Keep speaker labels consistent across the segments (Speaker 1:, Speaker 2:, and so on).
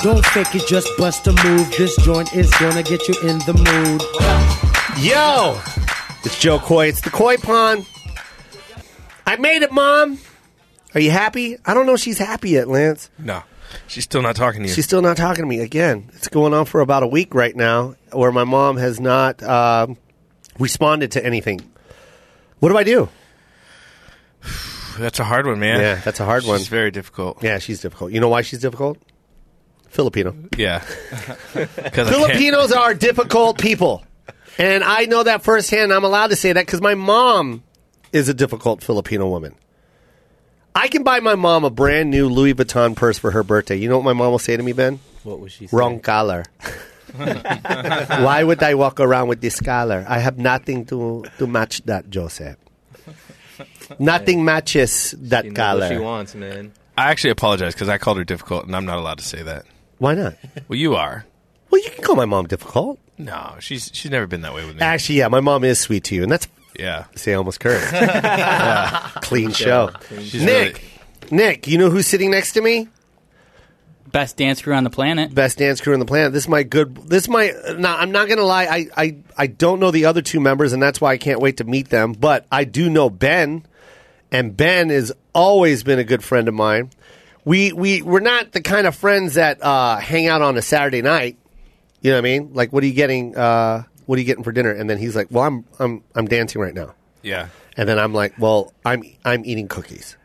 Speaker 1: Don't fake it, just bust a move. This joint is gonna get you in the mood.
Speaker 2: Yo, it's Joe Coy. It's the Koi Pond. I made it, Mom. Are you happy? I don't know if she's happy yet, Lance.
Speaker 3: No, she's still not talking to you.
Speaker 2: She's still not talking to me again. It's going on for about a week right now, where my mom has not um responded to anything. What do I do?
Speaker 3: that's a hard one, man.
Speaker 2: Yeah, that's a hard one.
Speaker 3: It's very difficult.
Speaker 2: Yeah, she's difficult. You know why she's difficult? Filipino.
Speaker 3: Yeah. 'Cause I can't-
Speaker 2: Filipinos are difficult people. And I know that firsthand. I'm allowed to say that because my mom is a difficult Filipino woman. I can buy my mom a brand new Louis Vuitton purse for her birthday. You know what my mom will say to me, Ben?
Speaker 4: What was she saying?
Speaker 2: Wrong color. Why would I walk around with this color? I have nothing to, to match that, Joseph. Nothing matches that
Speaker 4: You know what she
Speaker 2: color.
Speaker 4: wants, man.
Speaker 3: I actually apologize because I called her difficult, and I'm not allowed to say that.
Speaker 2: Why not?
Speaker 3: Well, you are.
Speaker 2: Well, you can call my mom difficult.
Speaker 3: No, she's she's never been that way with me.
Speaker 2: Actually, yeah, my mom is sweet to you, and that's
Speaker 3: yeah,
Speaker 2: See, I almost cursed. Yeah. Clean show.
Speaker 3: she's
Speaker 2: Nick, Nick, you know who's sitting next to me?
Speaker 5: Best dance crew on the planet.
Speaker 2: Best dance crew on the planet. This is my good. This is my. Now, I'm not gonna lie. I, I I don't know the other two members, and that's why I can't wait to meet them. But I do know Ben, and Ben has always been a good friend of mine. We we we're not the kind of friends that uh, hang out on a Saturday night. You know what I mean? Like, what are you getting? Uh, what are you getting for dinner? And then he's like, "Well, I'm I'm I'm dancing right now."
Speaker 3: yeah.
Speaker 2: And then I'm like, well, I'm I'm eating cookies.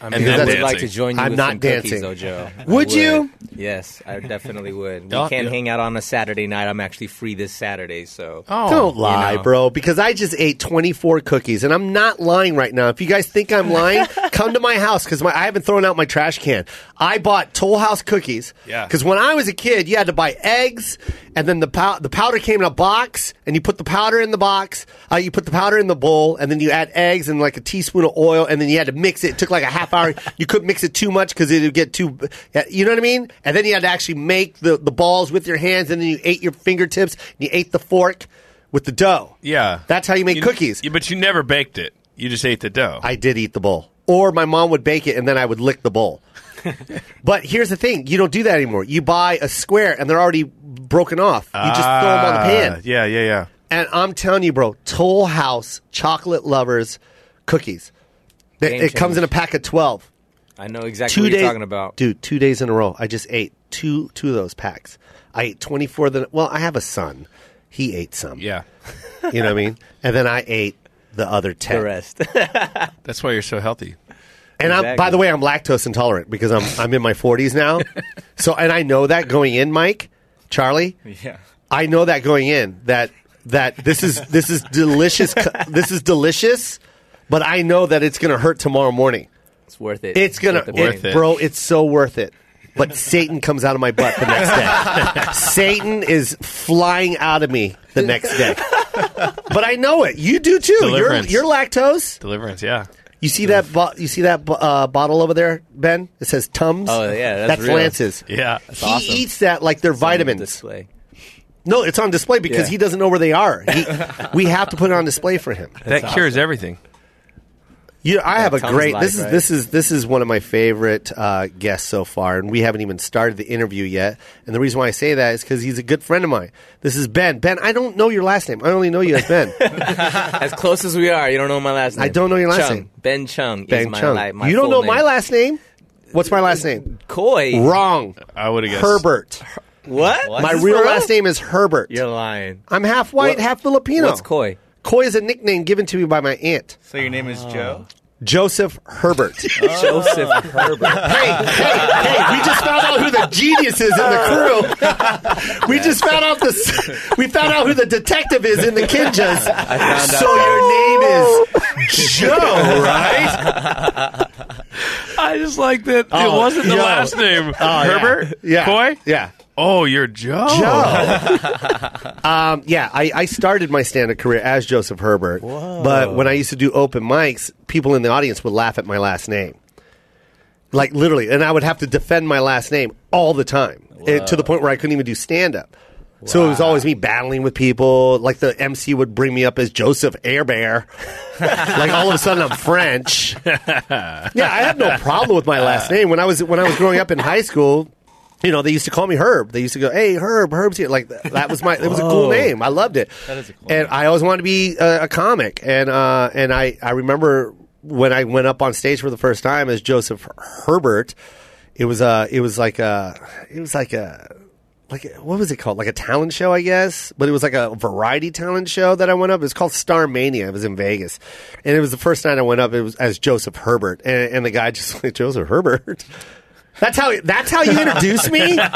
Speaker 3: I'm
Speaker 4: And
Speaker 2: then
Speaker 4: I
Speaker 2: that's-
Speaker 4: would like to join you
Speaker 2: I'm
Speaker 4: with
Speaker 2: not
Speaker 4: some cookies,
Speaker 2: dancing.
Speaker 4: though, Joe. I
Speaker 2: Would you?
Speaker 4: Yes, I definitely would. We
Speaker 3: Oh,
Speaker 4: can't
Speaker 3: yeah.
Speaker 4: hang out on a Saturday night. I'm actually free this Saturday, so.
Speaker 3: Oh,
Speaker 2: Don't lie,
Speaker 4: you know.
Speaker 2: bro, because I just ate 24 cookies and I'm not lying right now. If you guys think I'm lying, come to my house because I haven't thrown out my trash can. I bought Toll House cookies.
Speaker 3: Yeah.
Speaker 2: Because when I was a kid, you had to buy eggs and then the, pow- the powder came in a box and you put the powder in the box. Uh, you put the powder in the bowl and then you add eggs and like a teaspoon of oil and then you had to mix it. It took like a half hour. you couldn't mix it too much because it would get too, yeah, you know what I mean? And then you had to actually make the, the balls with your hands and then you ate your fingertips and you ate the fork with the dough.
Speaker 3: Yeah,
Speaker 2: That's how you make cookies.
Speaker 3: Yeah, but you never baked it. You just ate the dough.
Speaker 2: I did eat the bowl. Or my mom would bake it and then I would lick the bowl. but here's the thing you don't do that anymore. You buy a square and they're already broken off. You just throw them on the pan.
Speaker 3: Ah,
Speaker 4: Ah.
Speaker 3: Yeah, yeah, yeah.
Speaker 2: And I'm telling you, bro, Toll House chocolate lovers cookies. They-
Speaker 4: Game
Speaker 2: it comes
Speaker 4: changer.
Speaker 2: in a pack of 12.
Speaker 4: I know exactly
Speaker 2: Two
Speaker 4: what
Speaker 2: days.
Speaker 4: you're talking about.
Speaker 2: Dude, two days in a row. I just ate two two of those packs. I ate 24 of the. Well, I have a son. He ate some.
Speaker 3: Yeah,
Speaker 2: You know what I mean? And then I ate the other 10.
Speaker 4: The rest.
Speaker 3: that's why you're so healthy.
Speaker 2: And I'm, by
Speaker 4: Exactly.
Speaker 2: the way, I'm lactose intolerant because I'm I'm in my 40s now. so, and I know that going in, Mike, Charlie,
Speaker 3: Yeah,
Speaker 2: I know that going in that that this is this is delicious. co- this is delicious, but I know that it's going to hurt tomorrow morning.
Speaker 4: it's worth it.
Speaker 2: It's gonna
Speaker 4: worth, the
Speaker 3: Worth
Speaker 4: pain.
Speaker 3: it.
Speaker 2: bro. It's so worth it. But Satan comes out of my butt the next day. Satan is flying out of me the next day. But I know it. You do too. You're,
Speaker 3: Deliverance.
Speaker 2: you're lactose.
Speaker 3: deliverance. Yeah,
Speaker 2: You see that? Bo- you see that bo- uh, bottle over there, Ben? It says Tums.
Speaker 4: Oh, yeah, that's real.
Speaker 2: Lance's.
Speaker 3: yeah.
Speaker 2: He
Speaker 4: awesome.
Speaker 2: eats that like they're vitamins.
Speaker 4: Display.
Speaker 2: No, it's on display because
Speaker 4: Yeah.
Speaker 2: he doesn't know where they are. He, we have to put it on display for him.
Speaker 3: that cures everything.
Speaker 2: You, I have a
Speaker 4: Tums
Speaker 2: great.
Speaker 4: like,
Speaker 2: This is
Speaker 4: right?
Speaker 2: this is this is one of my favorite uh, guests so far, and we haven't even started the interview yet. And the reason why I say that is because he's a good friend of mine. This is Ben. Ben, I don't know your last name. I only know you as Ben.
Speaker 4: As close as we are, you don't know my last name.
Speaker 2: I don't know your last
Speaker 4: Chung.
Speaker 2: name.
Speaker 4: Ben Chung is
Speaker 2: ben
Speaker 4: my,
Speaker 2: Chung.
Speaker 4: li- my
Speaker 2: you don't
Speaker 4: full
Speaker 2: know
Speaker 4: name.
Speaker 2: my last name. What's my last name?
Speaker 4: Coy.
Speaker 2: Wrong.
Speaker 3: I would have guessed.
Speaker 2: Herbert.
Speaker 4: What? What?
Speaker 2: My
Speaker 4: Is this
Speaker 2: real
Speaker 4: for
Speaker 2: last name is Herbert.
Speaker 4: You're lying.
Speaker 2: I'm half white,
Speaker 4: What-
Speaker 2: half Filipino.
Speaker 4: What's Coy?
Speaker 2: Coy is a nickname given to me by my aunt,
Speaker 6: So your name is Joe? Oh.
Speaker 2: Joseph Herbert.
Speaker 4: Oh. Joseph Herbert.
Speaker 2: hey, hey, hey, we just found out who the genius is in the crew. we just found out the we found out who the detective is in the Kinjas.
Speaker 4: found out
Speaker 2: so your name is Joe, right?
Speaker 3: I just like that.
Speaker 2: Oh,
Speaker 3: it wasn't the
Speaker 2: yo.
Speaker 3: last name.
Speaker 2: Oh, yeah.
Speaker 3: Herbert.
Speaker 2: Yeah.
Speaker 3: Coy.
Speaker 2: Yeah.
Speaker 3: Oh, you're Joe.
Speaker 2: Joe. um, yeah, I, I started my stand up career as Joseph Herbert. But when I used to do open mics, people in the audience would laugh at my last name. Like literally. And I would have to defend my last name all the time eh, to the point where I couldn't even do stand up. So it was always me battling with people. Like the MC would bring me up as Joseph Airbear. like all of a sudden I'm French. yeah, I have no problem with my last name. When I was when I was growing up in high school, you know, they used to call me Herb. They used to go, "Hey, Herb, Herb's here." Like th- that was my. It was a cool name. I loved it. Oh. That is a cool. And I always wanted to be a, a comic. And uh, and I I remember when I went up on stage for the first time as Joseph Herbert. It was uh it was like a it was like a like a- what was it called? Like a talent show, I guess, but it was like a variety talent show that I went up. It was called Star Mania. It was in Vegas, and it was the first night I went up. It was as Joseph Herbert, and, and the guy just like Joseph Herbert. That's how. That's how you introduce me. like here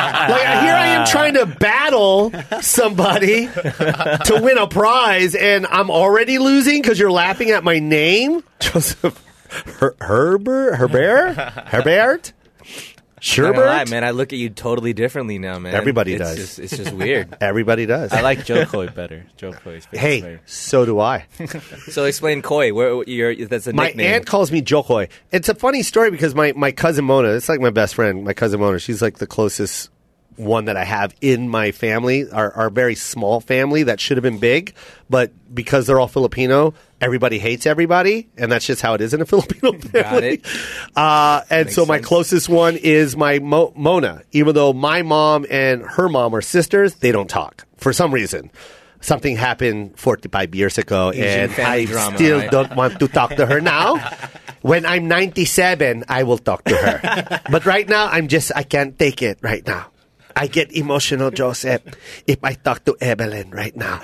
Speaker 2: I am trying to battle somebody to win a prize, and I'm already losing because you're laughing at my name, Joseph Her- Herbert Herbert Herbert.
Speaker 4: Not gonna lie,
Speaker 2: Sherbert.
Speaker 4: man. I look at you totally differently now, man.
Speaker 2: Everybody
Speaker 4: It's
Speaker 2: does.
Speaker 4: just- it's just weird.
Speaker 2: Everybody does.
Speaker 6: I like Joe Coy better. Joe Coy's favorite.
Speaker 2: Hey, so do I.
Speaker 4: so explain Koi. Where you're, that's a
Speaker 2: My
Speaker 4: nickname.
Speaker 2: aunt calls me Jokoy. It's a funny story because my, my cousin Mona, it's like my best friend, my cousin Mona, she's like the closest one that I have in my family, our, our very small family that should have been big, but because they're all Filipino, everybody hates everybody, and that's just how it is in a Filipino family.
Speaker 4: it.
Speaker 2: Uh, and so my
Speaker 4: sense.
Speaker 2: closest one is my Mo- Mona. Even though my mom and her mom are sisters, they don't talk for some reason. Something happened 45 years ago, and I
Speaker 4: family drama,
Speaker 2: still
Speaker 4: right?
Speaker 2: don't want to talk to her now. when I'm 97, I will talk to her. but right now, I'm just, I can't take it right now. I get emotional, Joseph, if I talk to Evelyn right now.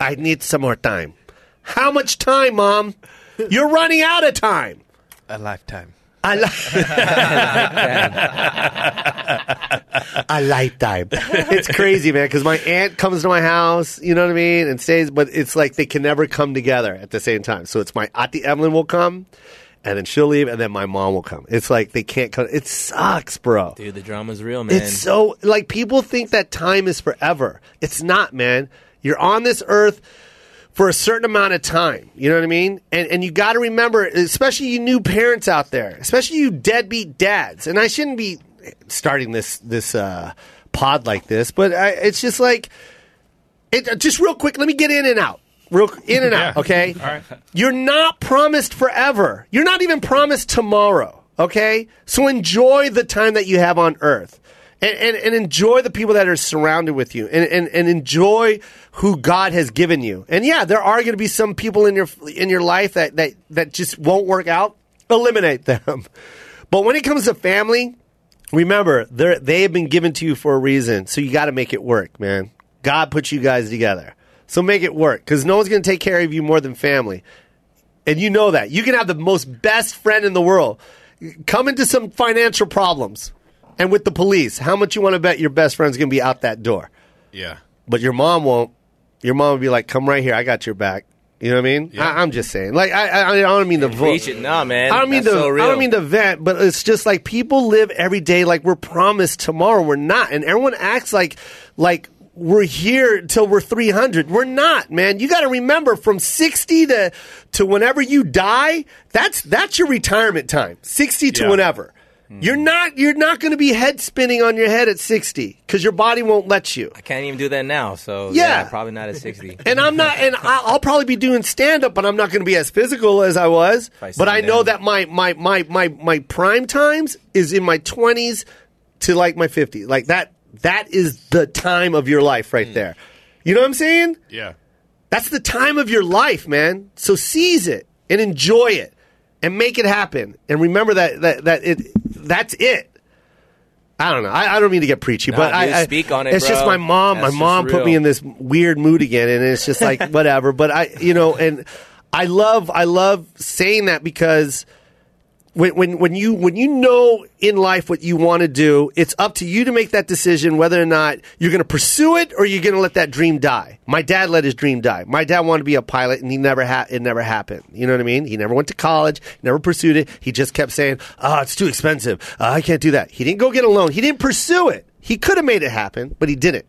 Speaker 2: I need some more time. How much time, Mom? You're running out of time.
Speaker 3: A lifetime.
Speaker 2: A, li- a lifetime. It's crazy, man, because my aunt comes to my house, you know what I mean, and stays, but it's like they can never come together at the same time. So it's my Auntie Evelyn will come, and then she'll leave, and then my mom will come. It's like they can't come. It sucks, bro.
Speaker 4: Dude, the drama's real, man.
Speaker 2: It's so like people think that time is forever. It's not, man. You're on this earth for a certain amount of time. You know what I mean? And and you got to remember, especially you new parents out there, especially you deadbeat dads. And I shouldn't be starting this this uh, pod like this, but I, it's just like it, uh, just real quick, let me get in and out. Real in and out, okay? You're not promised forever. You're not even promised tomorrow, okay? So enjoy the time that you have on earth. And, and, and enjoy the people that are surrounded with you and, and, and enjoy who God has given you. And yeah, there are going to be some people in your in your life that, that, that just won't work out. Eliminate them. But when it comes to family, remember they're- they have been given to you for a reason so you got to make it work man god put you guys together so make it work because no one's going to take care of you more than family and you know that you can have the most best friend in the world come into some financial problems and with the police how much you want to bet your best friend's going to be out that door
Speaker 3: Yeah.
Speaker 2: but your mom won't. Your mom would be like, "Come right here, I got your back." You know what I mean? I, I'm just saying. Like, I, I, I don't mean to
Speaker 4: Preach it. Nah, man.
Speaker 2: I don't mean
Speaker 4: That's
Speaker 2: to.
Speaker 4: so
Speaker 2: I
Speaker 4: real.
Speaker 2: don't mean to vent, but it's just like people live every day like we're promised tomorrow. We're not, and everyone acts like like we're here till we're 300. We're not, man. You got to remember from 60 to to whenever you die, that's that's your retirement time. 60 to
Speaker 3: Yeah.
Speaker 2: whenever.
Speaker 4: Mm-hmm.
Speaker 2: You're not you're not going to be head spinning on your head at 60 cuz your body won't let you.
Speaker 4: I can't even do that now. So
Speaker 2: Yeah.
Speaker 4: probably not at sixty.
Speaker 2: And I'm not, and I- I'll probably be doing stand up, but I'm not going to be as physical as I was.
Speaker 4: I sit
Speaker 2: but I know
Speaker 4: down.
Speaker 2: that my, my, my, my, my prime times is in my 20s to like my 50s. Like that, that is the time of your life right there. You know what I'm saying?
Speaker 3: Yeah.
Speaker 2: That's the time of your life, man. So seize it and enjoy it and make it happen. And remember that, that, that it, that's it. I don't know. I, I don't mean to get preachy, but
Speaker 4: dude,
Speaker 2: I, I
Speaker 4: speak on it,
Speaker 2: It's just
Speaker 4: bro.
Speaker 2: my mom.
Speaker 4: That's
Speaker 2: my
Speaker 4: just
Speaker 2: mom put
Speaker 4: real.
Speaker 2: me in this weird mood again, and it's just like whatever. But I, you know, and I love, I love saying that because when, when, when you when you know in life what you want to do, it's up to you to make that decision whether or not you're going to pursue it or you're going to let that dream die. My dad let his dream die. My dad wanted to be a pilot, and he never ha- it never happened. You know what I mean? He never went to college, never pursued it. He just kept saying, "Ah, it's too expensive. Ah, I can't do that." He didn't go get a loan. He didn't pursue it. He could have made it happen, but he didn't.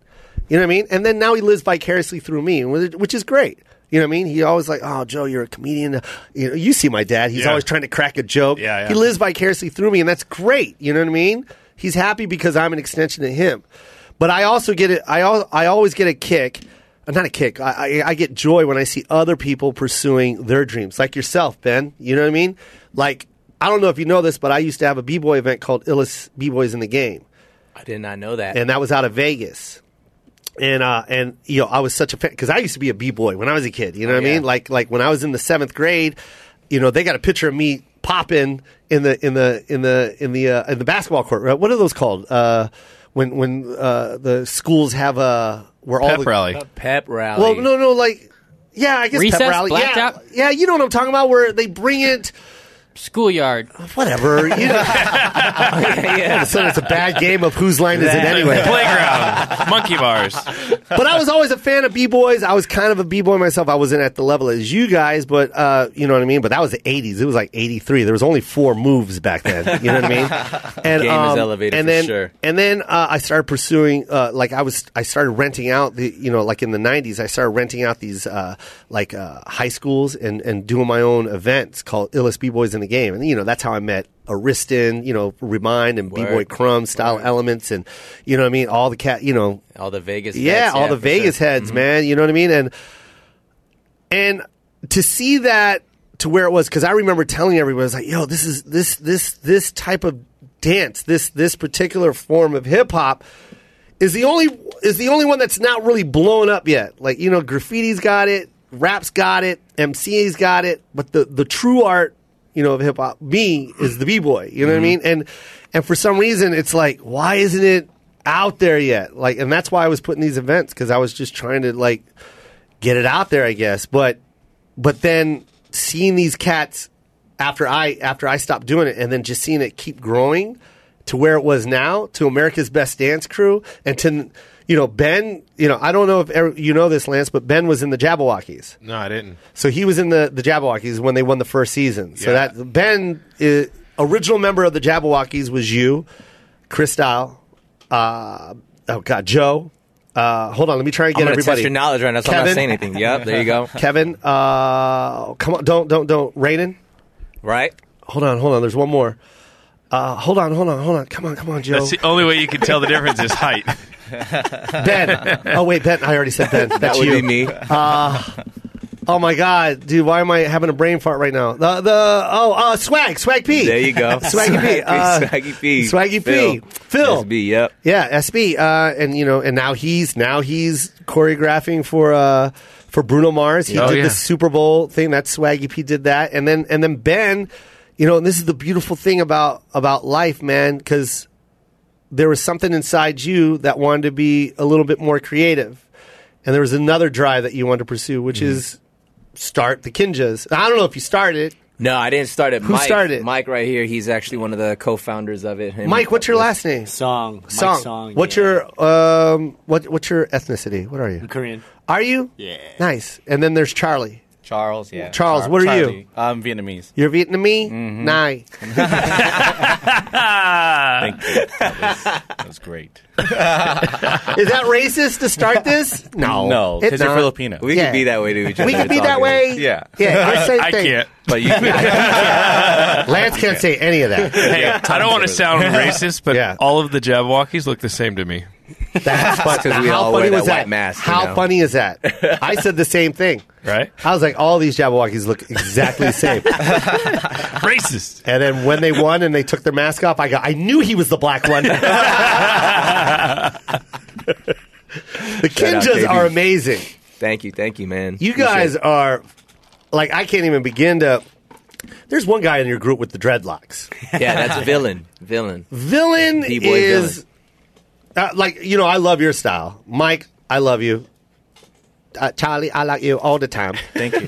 Speaker 2: You know what I mean? And then now he lives vicariously through me, which is great. You know what I mean? He always like, oh, Joe, you're a comedian. You know, you see my dad. He's
Speaker 3: Yeah.
Speaker 2: always trying to crack a joke.
Speaker 3: Yeah, yeah.
Speaker 2: He lives vicariously through me, and that's great. You know what I mean? He's happy because I'm an extension of him. But I also get it. I al- I always get a kick. uh, Not a kick. I, I I get joy when I see other people pursuing their dreams, like yourself, Ben. You know what I mean? Like I don't know if you know this, but I used to have a b boy event called Illest B Boys in the Game
Speaker 4: I did not know that.
Speaker 2: and that was out of Vegas. And uh, and you know, I was such a fan because I used to be a b boy when I was a kid. You know what I
Speaker 4: Yeah.
Speaker 2: mean? Like like when I was in the seventh grade, you know, they got a picture of me popping in the in the in the in the uh, in the basketball court. right? What are those called? Uh, when when uh, the schools have a where all
Speaker 3: Pep
Speaker 2: the
Speaker 3: rally.
Speaker 4: Pep rally.
Speaker 2: well, no, no, like. Yeah, I guess
Speaker 5: Recess?
Speaker 2: pep rally.
Speaker 5: Blacked
Speaker 2: yeah,
Speaker 5: out?
Speaker 2: yeah, you know what I'm talking about. Where they bring it,
Speaker 5: Schoolyard.
Speaker 2: whatever. You know,
Speaker 4: yeah,
Speaker 2: all of a
Speaker 4: yeah.
Speaker 2: sudden it's a bad game of whose line is it anyway.
Speaker 3: Playground. Monkey bars.
Speaker 2: but I was always a fan of b boys. I was kind of a b boy myself. I wasn't at the level as you guys, but uh, you know what I mean. But that was the '80s. It was like '83. There was only four moves back then. You know what I mean? And um,
Speaker 4: Game is elevated
Speaker 2: and
Speaker 4: for
Speaker 2: then,
Speaker 4: sure.
Speaker 2: And then uh, I started pursuing. Uh, like I was, I started renting out the. You know, like in the '90s, I started renting out these uh, like uh, high schools and and doing my own events called Illest b boys in the game. And you know, that's how I met. Ariston, you know, Remind and B
Speaker 4: Word.
Speaker 2: Boy Crumb style elements, and you know what I mean. All the cat, you know,
Speaker 4: All the Vegas.
Speaker 2: yeah,
Speaker 4: vets,
Speaker 2: all the
Speaker 4: for
Speaker 2: Vegas
Speaker 4: sure. Mm-hmm.
Speaker 2: heads, man. You know what I mean? And and to see that to where it was, because I remember telling everyone, I was like, "Yo, this is this this this type of dance, this this particular form of hip hop." Is the only is the only one that's not really blown up yet. Like you know, graffiti's got it, rap's got it, MC's got it, but the the true art, you know, of hip hop, me is the b boy. You know what I mean? And and for some reason, it's like, why isn't it out there yet? Like, and that's why I was putting these events because I was just trying to like get it out there, I guess. But but then seeing these cats after I after I stopped doing it, and then just seeing it keep growing to where it was now to America's Best Dance Crew, and to you know Ben, you know I don't know if ever, you know this, Lance, but Ben was in the Jabberwockies,
Speaker 3: No, I didn't.
Speaker 2: so he was in the the Jabberwockies when they won the first season. So
Speaker 3: Yeah.
Speaker 2: that Ben, i original member of the Jabberwockies, was you, Chris Style, uh, oh God, Joe. Uh, hold on, let me try and
Speaker 4: I'm
Speaker 2: get
Speaker 4: gonna
Speaker 2: everybody.
Speaker 4: test your knowledge right now, so I'm
Speaker 2: Kevin.
Speaker 4: not saying anything. Yep, there you go.
Speaker 2: Kevin, uh, come on, don't, don't, don't. Raiden,
Speaker 4: Right?
Speaker 2: hold on, hold on. There's one more. Uh, hold on, hold on, hold on. Come on, come on, Joe.
Speaker 3: That's the only way you can tell the difference is height.
Speaker 2: Ben. Oh wait, Ben. I already said Ben. That's
Speaker 4: That would
Speaker 2: you.
Speaker 4: be me.
Speaker 2: Oh my God, dude. Why am I having a brain fart right now? The the oh uh, swag swag P.
Speaker 4: There you go.
Speaker 2: Swaggy P. Uh,
Speaker 4: Swaggy P.
Speaker 2: Swaggy P.
Speaker 4: Phil.
Speaker 2: Phil.
Speaker 4: SB, yep.
Speaker 2: Yeah, SB, uh, and you know, and now he's now he's choreographing for uh, for Bruno Mars. He
Speaker 3: Oh,
Speaker 2: did
Speaker 3: yeah.
Speaker 2: the Super Bowl thing. That Swaggy P did that, and then and then Ben, you know, and this is the beautiful thing about about life, man, because there was something inside you that wanted to be a little bit more creative, and there was another drive that you wanted to pursue, which
Speaker 3: Mm-hmm.
Speaker 2: is start the Kinjas. I don't know if you started.
Speaker 4: No, I didn't start it. Who Mike,
Speaker 2: started it?
Speaker 4: Mike right here. He's actually one of the co-founders of it. Him-
Speaker 2: Mike, what's your last name?
Speaker 7: Song. Mike's
Speaker 2: Song.
Speaker 7: song.
Speaker 2: what's
Speaker 7: yeah.
Speaker 2: your um what what's your ethnicity? What are you?
Speaker 7: I'm Korean?
Speaker 2: Are you?
Speaker 6: Yeah.
Speaker 2: Nice. And then there's Charlie.
Speaker 6: Charles, yeah.
Speaker 2: Charles, what are you?
Speaker 6: Charlie. I'm Vietnamese.
Speaker 2: You're Vietnamese?
Speaker 4: Mm-hmm.
Speaker 2: Nice.
Speaker 6: Thank you. That was, that was great.
Speaker 2: Is that racist to start this? No.
Speaker 6: no,
Speaker 2: Oh. It's
Speaker 6: because you're
Speaker 2: not.
Speaker 6: Filipino.
Speaker 4: We
Speaker 2: Yeah.
Speaker 4: can be that way to each other.
Speaker 2: We can
Speaker 4: It's
Speaker 2: be
Speaker 4: all
Speaker 2: that
Speaker 4: good.
Speaker 2: way.
Speaker 6: Yeah.
Speaker 2: Yeah. it's the same
Speaker 3: I
Speaker 2: thing.
Speaker 3: can't.
Speaker 6: but you
Speaker 2: Lance can't say any of that.
Speaker 3: Hey, I don't want to sound racist, but
Speaker 2: Yeah.
Speaker 3: all of the Jabberwockies look the same to me.
Speaker 2: That's fun.
Speaker 4: 'cause we
Speaker 2: How
Speaker 4: all
Speaker 2: funny
Speaker 4: wear that
Speaker 2: was
Speaker 4: white
Speaker 2: that?
Speaker 4: mask, you
Speaker 2: How
Speaker 4: know?
Speaker 2: funny is that? I said the same thing.
Speaker 3: Right?
Speaker 2: I was like, all these Jabberwockies look exactly the same.
Speaker 3: Racist.
Speaker 2: and then when they won and they took their mask off, I got, I knew he was the black one. the
Speaker 4: out,
Speaker 2: Kinjas are
Speaker 4: baby.
Speaker 2: amazing.
Speaker 4: Thank you, thank you, man.
Speaker 2: You
Speaker 4: Appreciate
Speaker 2: guys
Speaker 4: it.
Speaker 2: are like I can't even begin to. There's one guy in your group with the dreadlocks.
Speaker 4: yeah, that's villain, villain.
Speaker 2: Villain
Speaker 4: B-boy
Speaker 2: is Uh, like you know I love your style, Mike. I love you, uh, Charlie. I like you all the time. Um,
Speaker 6: Thank you.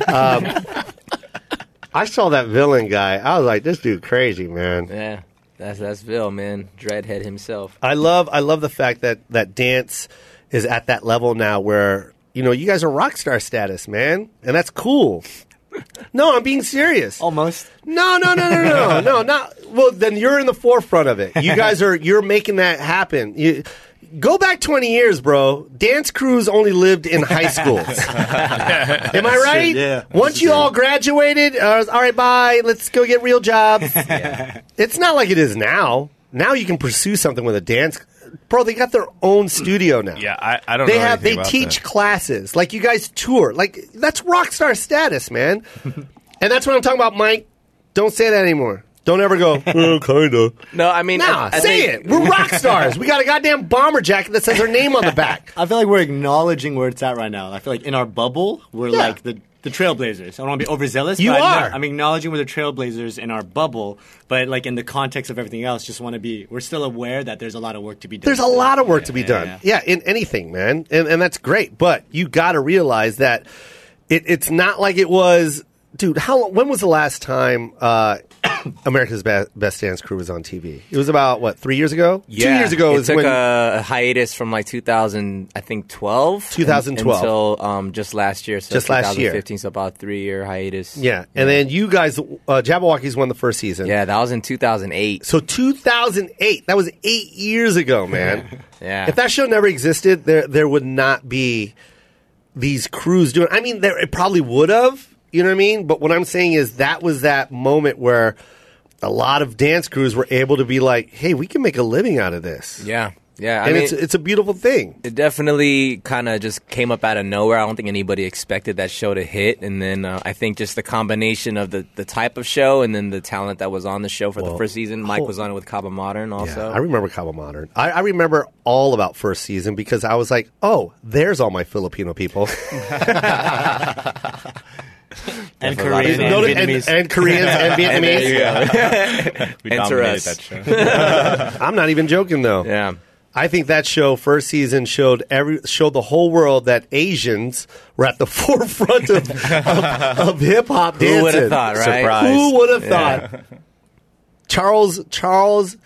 Speaker 2: I saw that villain guy. I was like, this dude crazy man.
Speaker 4: Yeah, that's that's Vil, man. Dreadhead himself.
Speaker 2: I love I love the fact that that dance is at that level now where you know you guys are rock star status, man, and that's cool. No, I'm being serious.
Speaker 7: Almost.
Speaker 2: No, no, no, no, no, no, not well. Then you're in the forefront of it. You guys are you're making that happen. You go back 20 years, bro. Dance crews only lived in high schools. Am I right?
Speaker 7: yeah.
Speaker 2: Once you all graduated, uh, all right, bye. Let's go get real jobs. It's not like it is now. Now you can pursue something with a dance bro, they got their own studio now.
Speaker 3: Yeah, I, I don't
Speaker 2: They
Speaker 3: know.
Speaker 2: have
Speaker 3: anything
Speaker 2: they
Speaker 3: about
Speaker 2: teach
Speaker 3: that.
Speaker 2: classes. Like you guys tour. Like that's rock star status, man. and that's what I'm talking about, Mike. Don't say that anymore. Don't ever go. "Eh, kinda.
Speaker 4: No, I mean,
Speaker 2: Nah,
Speaker 4: I, I
Speaker 2: say
Speaker 4: think-
Speaker 2: it. We're rock stars. We got a goddamn bomber jacket that says our name on the back.
Speaker 7: I feel like we're acknowledging where it's at right now. I feel like in our bubble, we're
Speaker 2: Yeah.
Speaker 7: like the, the trailblazers. I don't want to be overzealous.
Speaker 2: You
Speaker 7: but I'm-
Speaker 2: are.
Speaker 7: I'm, acknowledging we're the trailblazers in our bubble, but like in the context of everything else, just want to be. We're still aware that there's a lot of work to be done.
Speaker 2: There's a lot of work to be done. Yeah, in anything, man. And, and that's great. But you got to realize that it, it's not like it was, dude, how, when was the last time uh, America's Ba- Best Dance Crew was on TV? It was about, what, three years ago? Two years ago
Speaker 4: it
Speaker 2: is
Speaker 4: took
Speaker 2: when.
Speaker 4: a hiatus from like 2000, I think 12,
Speaker 2: 2012.
Speaker 4: until um, just last year. So
Speaker 2: Just last year.
Speaker 4: 2015, so about three year hiatus.
Speaker 2: yeah. And then you guys, uh, Jabberwockies won the first season.
Speaker 4: yeah, that was in 2008.
Speaker 2: So 2008, that was eight years ago, man.
Speaker 4: Yeah,
Speaker 2: If that show never existed, there there would not be these crews doing. I mean, there it probably would have. You know what I mean? But what I'm saying is that was that moment where a lot of dance crews were able to be like, "Hey, we can make a living out of this,"
Speaker 4: yeah, yeah. I
Speaker 2: and
Speaker 4: mean,
Speaker 2: it's it's a beautiful thing.
Speaker 4: it definitely kind of just came up out of nowhere. I don't think anybody expected that show to hit. And then uh, I think just the combination of the, the type of show and then the talent that was on the show for the first season. Mike was on it with Cabo Modern also.
Speaker 2: I remember Cabo Modern. I, I remember all about first season because I was like, "Oh, there's all my Filipino people."
Speaker 7: And
Speaker 4: a lot of
Speaker 7: Korean
Speaker 4: fun.
Speaker 7: and
Speaker 2: Notice- and,
Speaker 7: Vietnamese.
Speaker 2: and Koreans and Vietnamese.
Speaker 6: We
Speaker 4: Enter
Speaker 6: dominated
Speaker 4: us.
Speaker 6: that show.
Speaker 2: I'm not even joking though.
Speaker 4: yeah.
Speaker 2: I think that show first season showed every showed the whole world that Asians were at the forefront of, of, of hip hop dancing.
Speaker 4: Who would have thought, right?
Speaker 6: Surprise.
Speaker 2: Who would have thought? Charles Charles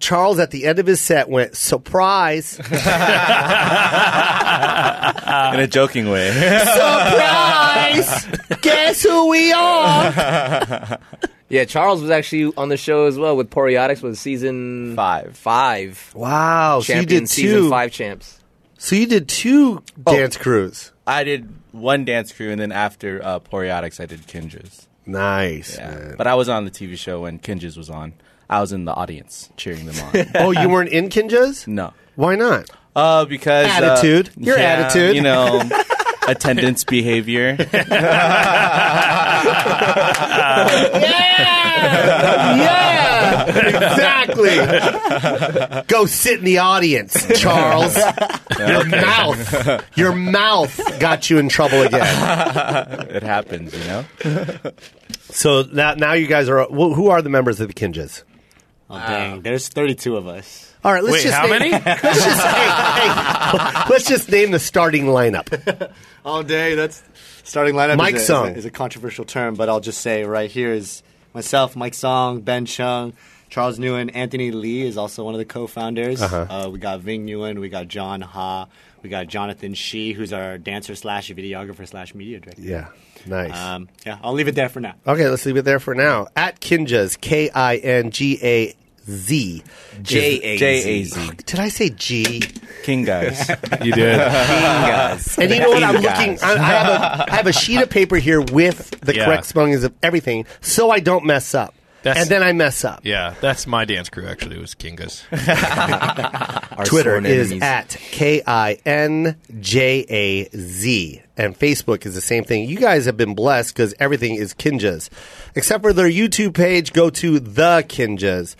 Speaker 2: Charles at the end of his set went surprise
Speaker 6: In a joking way.
Speaker 2: surprise guess who we are
Speaker 4: Yeah, Charles was actually on the show as well with Poriotics was season
Speaker 6: Five.
Speaker 4: Five.
Speaker 2: wow so you
Speaker 4: Champion
Speaker 2: did
Speaker 4: season
Speaker 2: two
Speaker 4: five champs.
Speaker 2: so you did two dance crews
Speaker 6: I did one dance crew, and then after uh, Poriotics, I did Kindra's.
Speaker 2: nice
Speaker 6: Yeah.
Speaker 2: man.
Speaker 6: But I was on the TV show when Kindra's was on. I was in the audience cheering them on.
Speaker 2: oh you weren't in Kinjas
Speaker 6: no.
Speaker 2: why not
Speaker 6: Uh, because uh,
Speaker 2: Attitude. Your
Speaker 6: yeah,
Speaker 2: attitude.
Speaker 6: You know, attendance behavior.
Speaker 2: yeah, exactly. Go sit in the audience, Charles. Your mouth, your mouth got you in trouble again.
Speaker 6: it happens, you know.
Speaker 2: So now, now you guys are. wh- Who are the members of the Kinjas?
Speaker 7: Oh, dang, there's 32 of us.
Speaker 2: All right, let's
Speaker 3: Wait,
Speaker 2: just
Speaker 3: how
Speaker 2: name,
Speaker 3: many?
Speaker 2: Let's just, hey, hey, let's just name the starting lineup.
Speaker 7: All day. That's starting lineup.
Speaker 2: Mike
Speaker 7: is a,
Speaker 2: Song.
Speaker 7: is, a, is a controversial term, but I'll just say right here is myself, Mike Song, Ben Chung, Charles Newen, Anthony Lee is also one of the co-founders.
Speaker 2: Uh-huh.
Speaker 7: uh we got Ving Nguyen, we got John Ha, we got Jonathan Shi, who's our dancer slash videographer slash media director.
Speaker 2: Yeah, nice.
Speaker 7: Um, yeah, I'll leave it there for now.
Speaker 2: okay, let's leave it there for now. At Kinjas, K I N G A Z.
Speaker 4: J A
Speaker 6: J A
Speaker 4: Z.
Speaker 6: Z.
Speaker 2: Did I say G?
Speaker 6: King guys.
Speaker 3: You did.
Speaker 2: And you know what? I'm
Speaker 6: Guys.
Speaker 2: looking. I, I have a I have a sheet of paper here with the
Speaker 3: Yeah.
Speaker 2: correct spellings of everything, so I don't mess up.
Speaker 3: That's-
Speaker 2: and then I mess up.
Speaker 3: yeah, that's my dance crew. Actually, it was Kingas.
Speaker 4: Our
Speaker 2: Twitter
Speaker 4: sworn
Speaker 2: is
Speaker 4: enemies.
Speaker 2: at K I N J A Z. And Facebook is the same thing. You guys have been blessed because everything is Kinjas. Except for their YouTube page, go to The Kinjas.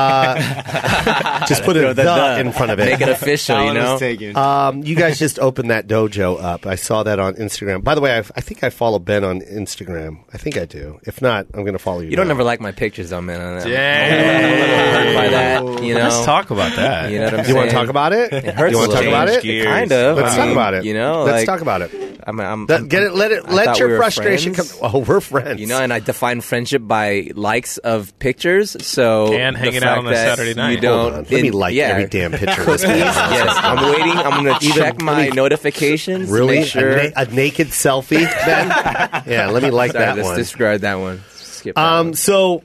Speaker 2: Uh, just put a the,
Speaker 4: the.
Speaker 2: in front of
Speaker 4: Make it official, you
Speaker 7: Alan was
Speaker 4: know?
Speaker 7: taken.
Speaker 2: Um, you guys just opened that dojo up. I saw that on Instagram. By the way, i I think I follow Ben on Instagram. I think I do. If not, I'm going to follow you.
Speaker 4: You don't
Speaker 2: now.
Speaker 4: ever like my pictures though, man. I'm- I'm
Speaker 3: Dang.
Speaker 4: hurt by that, you know?
Speaker 3: Let's talk about that.
Speaker 4: You know what I'm
Speaker 2: You want
Speaker 4: saying?
Speaker 2: to talk about it?
Speaker 4: hurts
Speaker 2: you want to talk
Speaker 4: a little.
Speaker 2: about it?
Speaker 6: Change gears.
Speaker 4: Kind of.
Speaker 2: Let's
Speaker 4: I
Speaker 2: talk
Speaker 4: mean,
Speaker 2: about it.
Speaker 4: You know,
Speaker 2: let's
Speaker 4: like,
Speaker 2: talk about it.
Speaker 4: I'm, I'm,
Speaker 2: Let, get it. Let it.
Speaker 4: I
Speaker 2: Let
Speaker 4: thought
Speaker 2: your
Speaker 4: we were
Speaker 2: frustration
Speaker 4: friends.
Speaker 2: come. Oh, we're friends.
Speaker 4: You know, and I define friendship by likes of pictures. So
Speaker 3: And
Speaker 4: the
Speaker 3: hanging out
Speaker 4: fact
Speaker 3: on a
Speaker 4: that
Speaker 3: Saturday night.
Speaker 4: You
Speaker 2: Hold
Speaker 4: don't
Speaker 2: on. Let me
Speaker 4: in-
Speaker 2: like
Speaker 4: yeah.
Speaker 2: every damn picture. of this guy.
Speaker 4: yes, I'm waiting. I'm gonna check my notifications. to
Speaker 2: Really?
Speaker 4: make sure.
Speaker 2: A, na- a naked selfie? Ben? yeah. Let me like
Speaker 4: Sorry,
Speaker 2: that
Speaker 4: let's
Speaker 2: one.
Speaker 4: disregard that one. Skip. That
Speaker 2: Um,
Speaker 4: one.
Speaker 2: so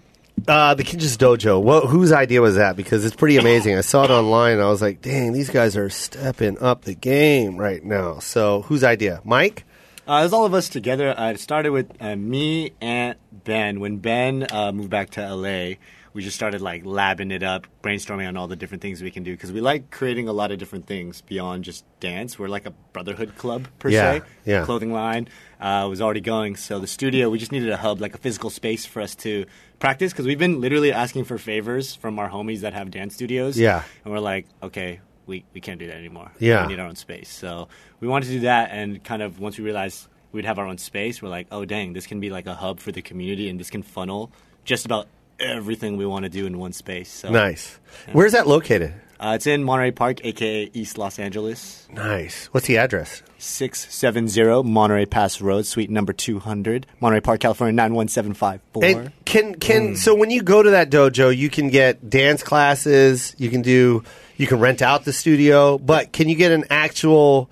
Speaker 2: uh, the Kinjas Dojo. What, whose idea was that? Because it's pretty amazing. I saw it online. And I was like, dang, these guys are stepping up the game right now. So whose idea? Mike.
Speaker 7: Uh, it was all of us together. Uh, it started with uh, me and Ben. When Ben uh, moved back to LA, we just started like labbing it up, brainstorming on all the different things we can do because we like creating a lot of different things beyond just dance. We're like a brotherhood club per
Speaker 2: Yeah,
Speaker 7: se.
Speaker 2: yeah.
Speaker 7: Clothing line uh, was already going, so the studio we just needed a hub, like a physical space for us to practice because we've been literally asking for favors from our homies that have dance studios.
Speaker 2: Yeah.
Speaker 7: and we're like, okay. We, we can't do that anymore.
Speaker 2: Yeah.
Speaker 7: We need our own space. So we wanted to do that, and kind of once we realized we'd have our own space, we're like, oh dang, this can be like a hub for the community, and this can funnel just about everything we want to do in one space. So
Speaker 2: Nice. Where's that located?
Speaker 7: Uh, it's in Monterey Park, aka East Los Angeles,
Speaker 2: Nice. What's the address?
Speaker 7: six seven zero Monterey Pass Road, Suite number two hundred, Monterey Park, California nine one seven five four.
Speaker 2: And can can so when you go to that dojo, you can get dance classes. You can do you can rent out the studio, but can you get an actual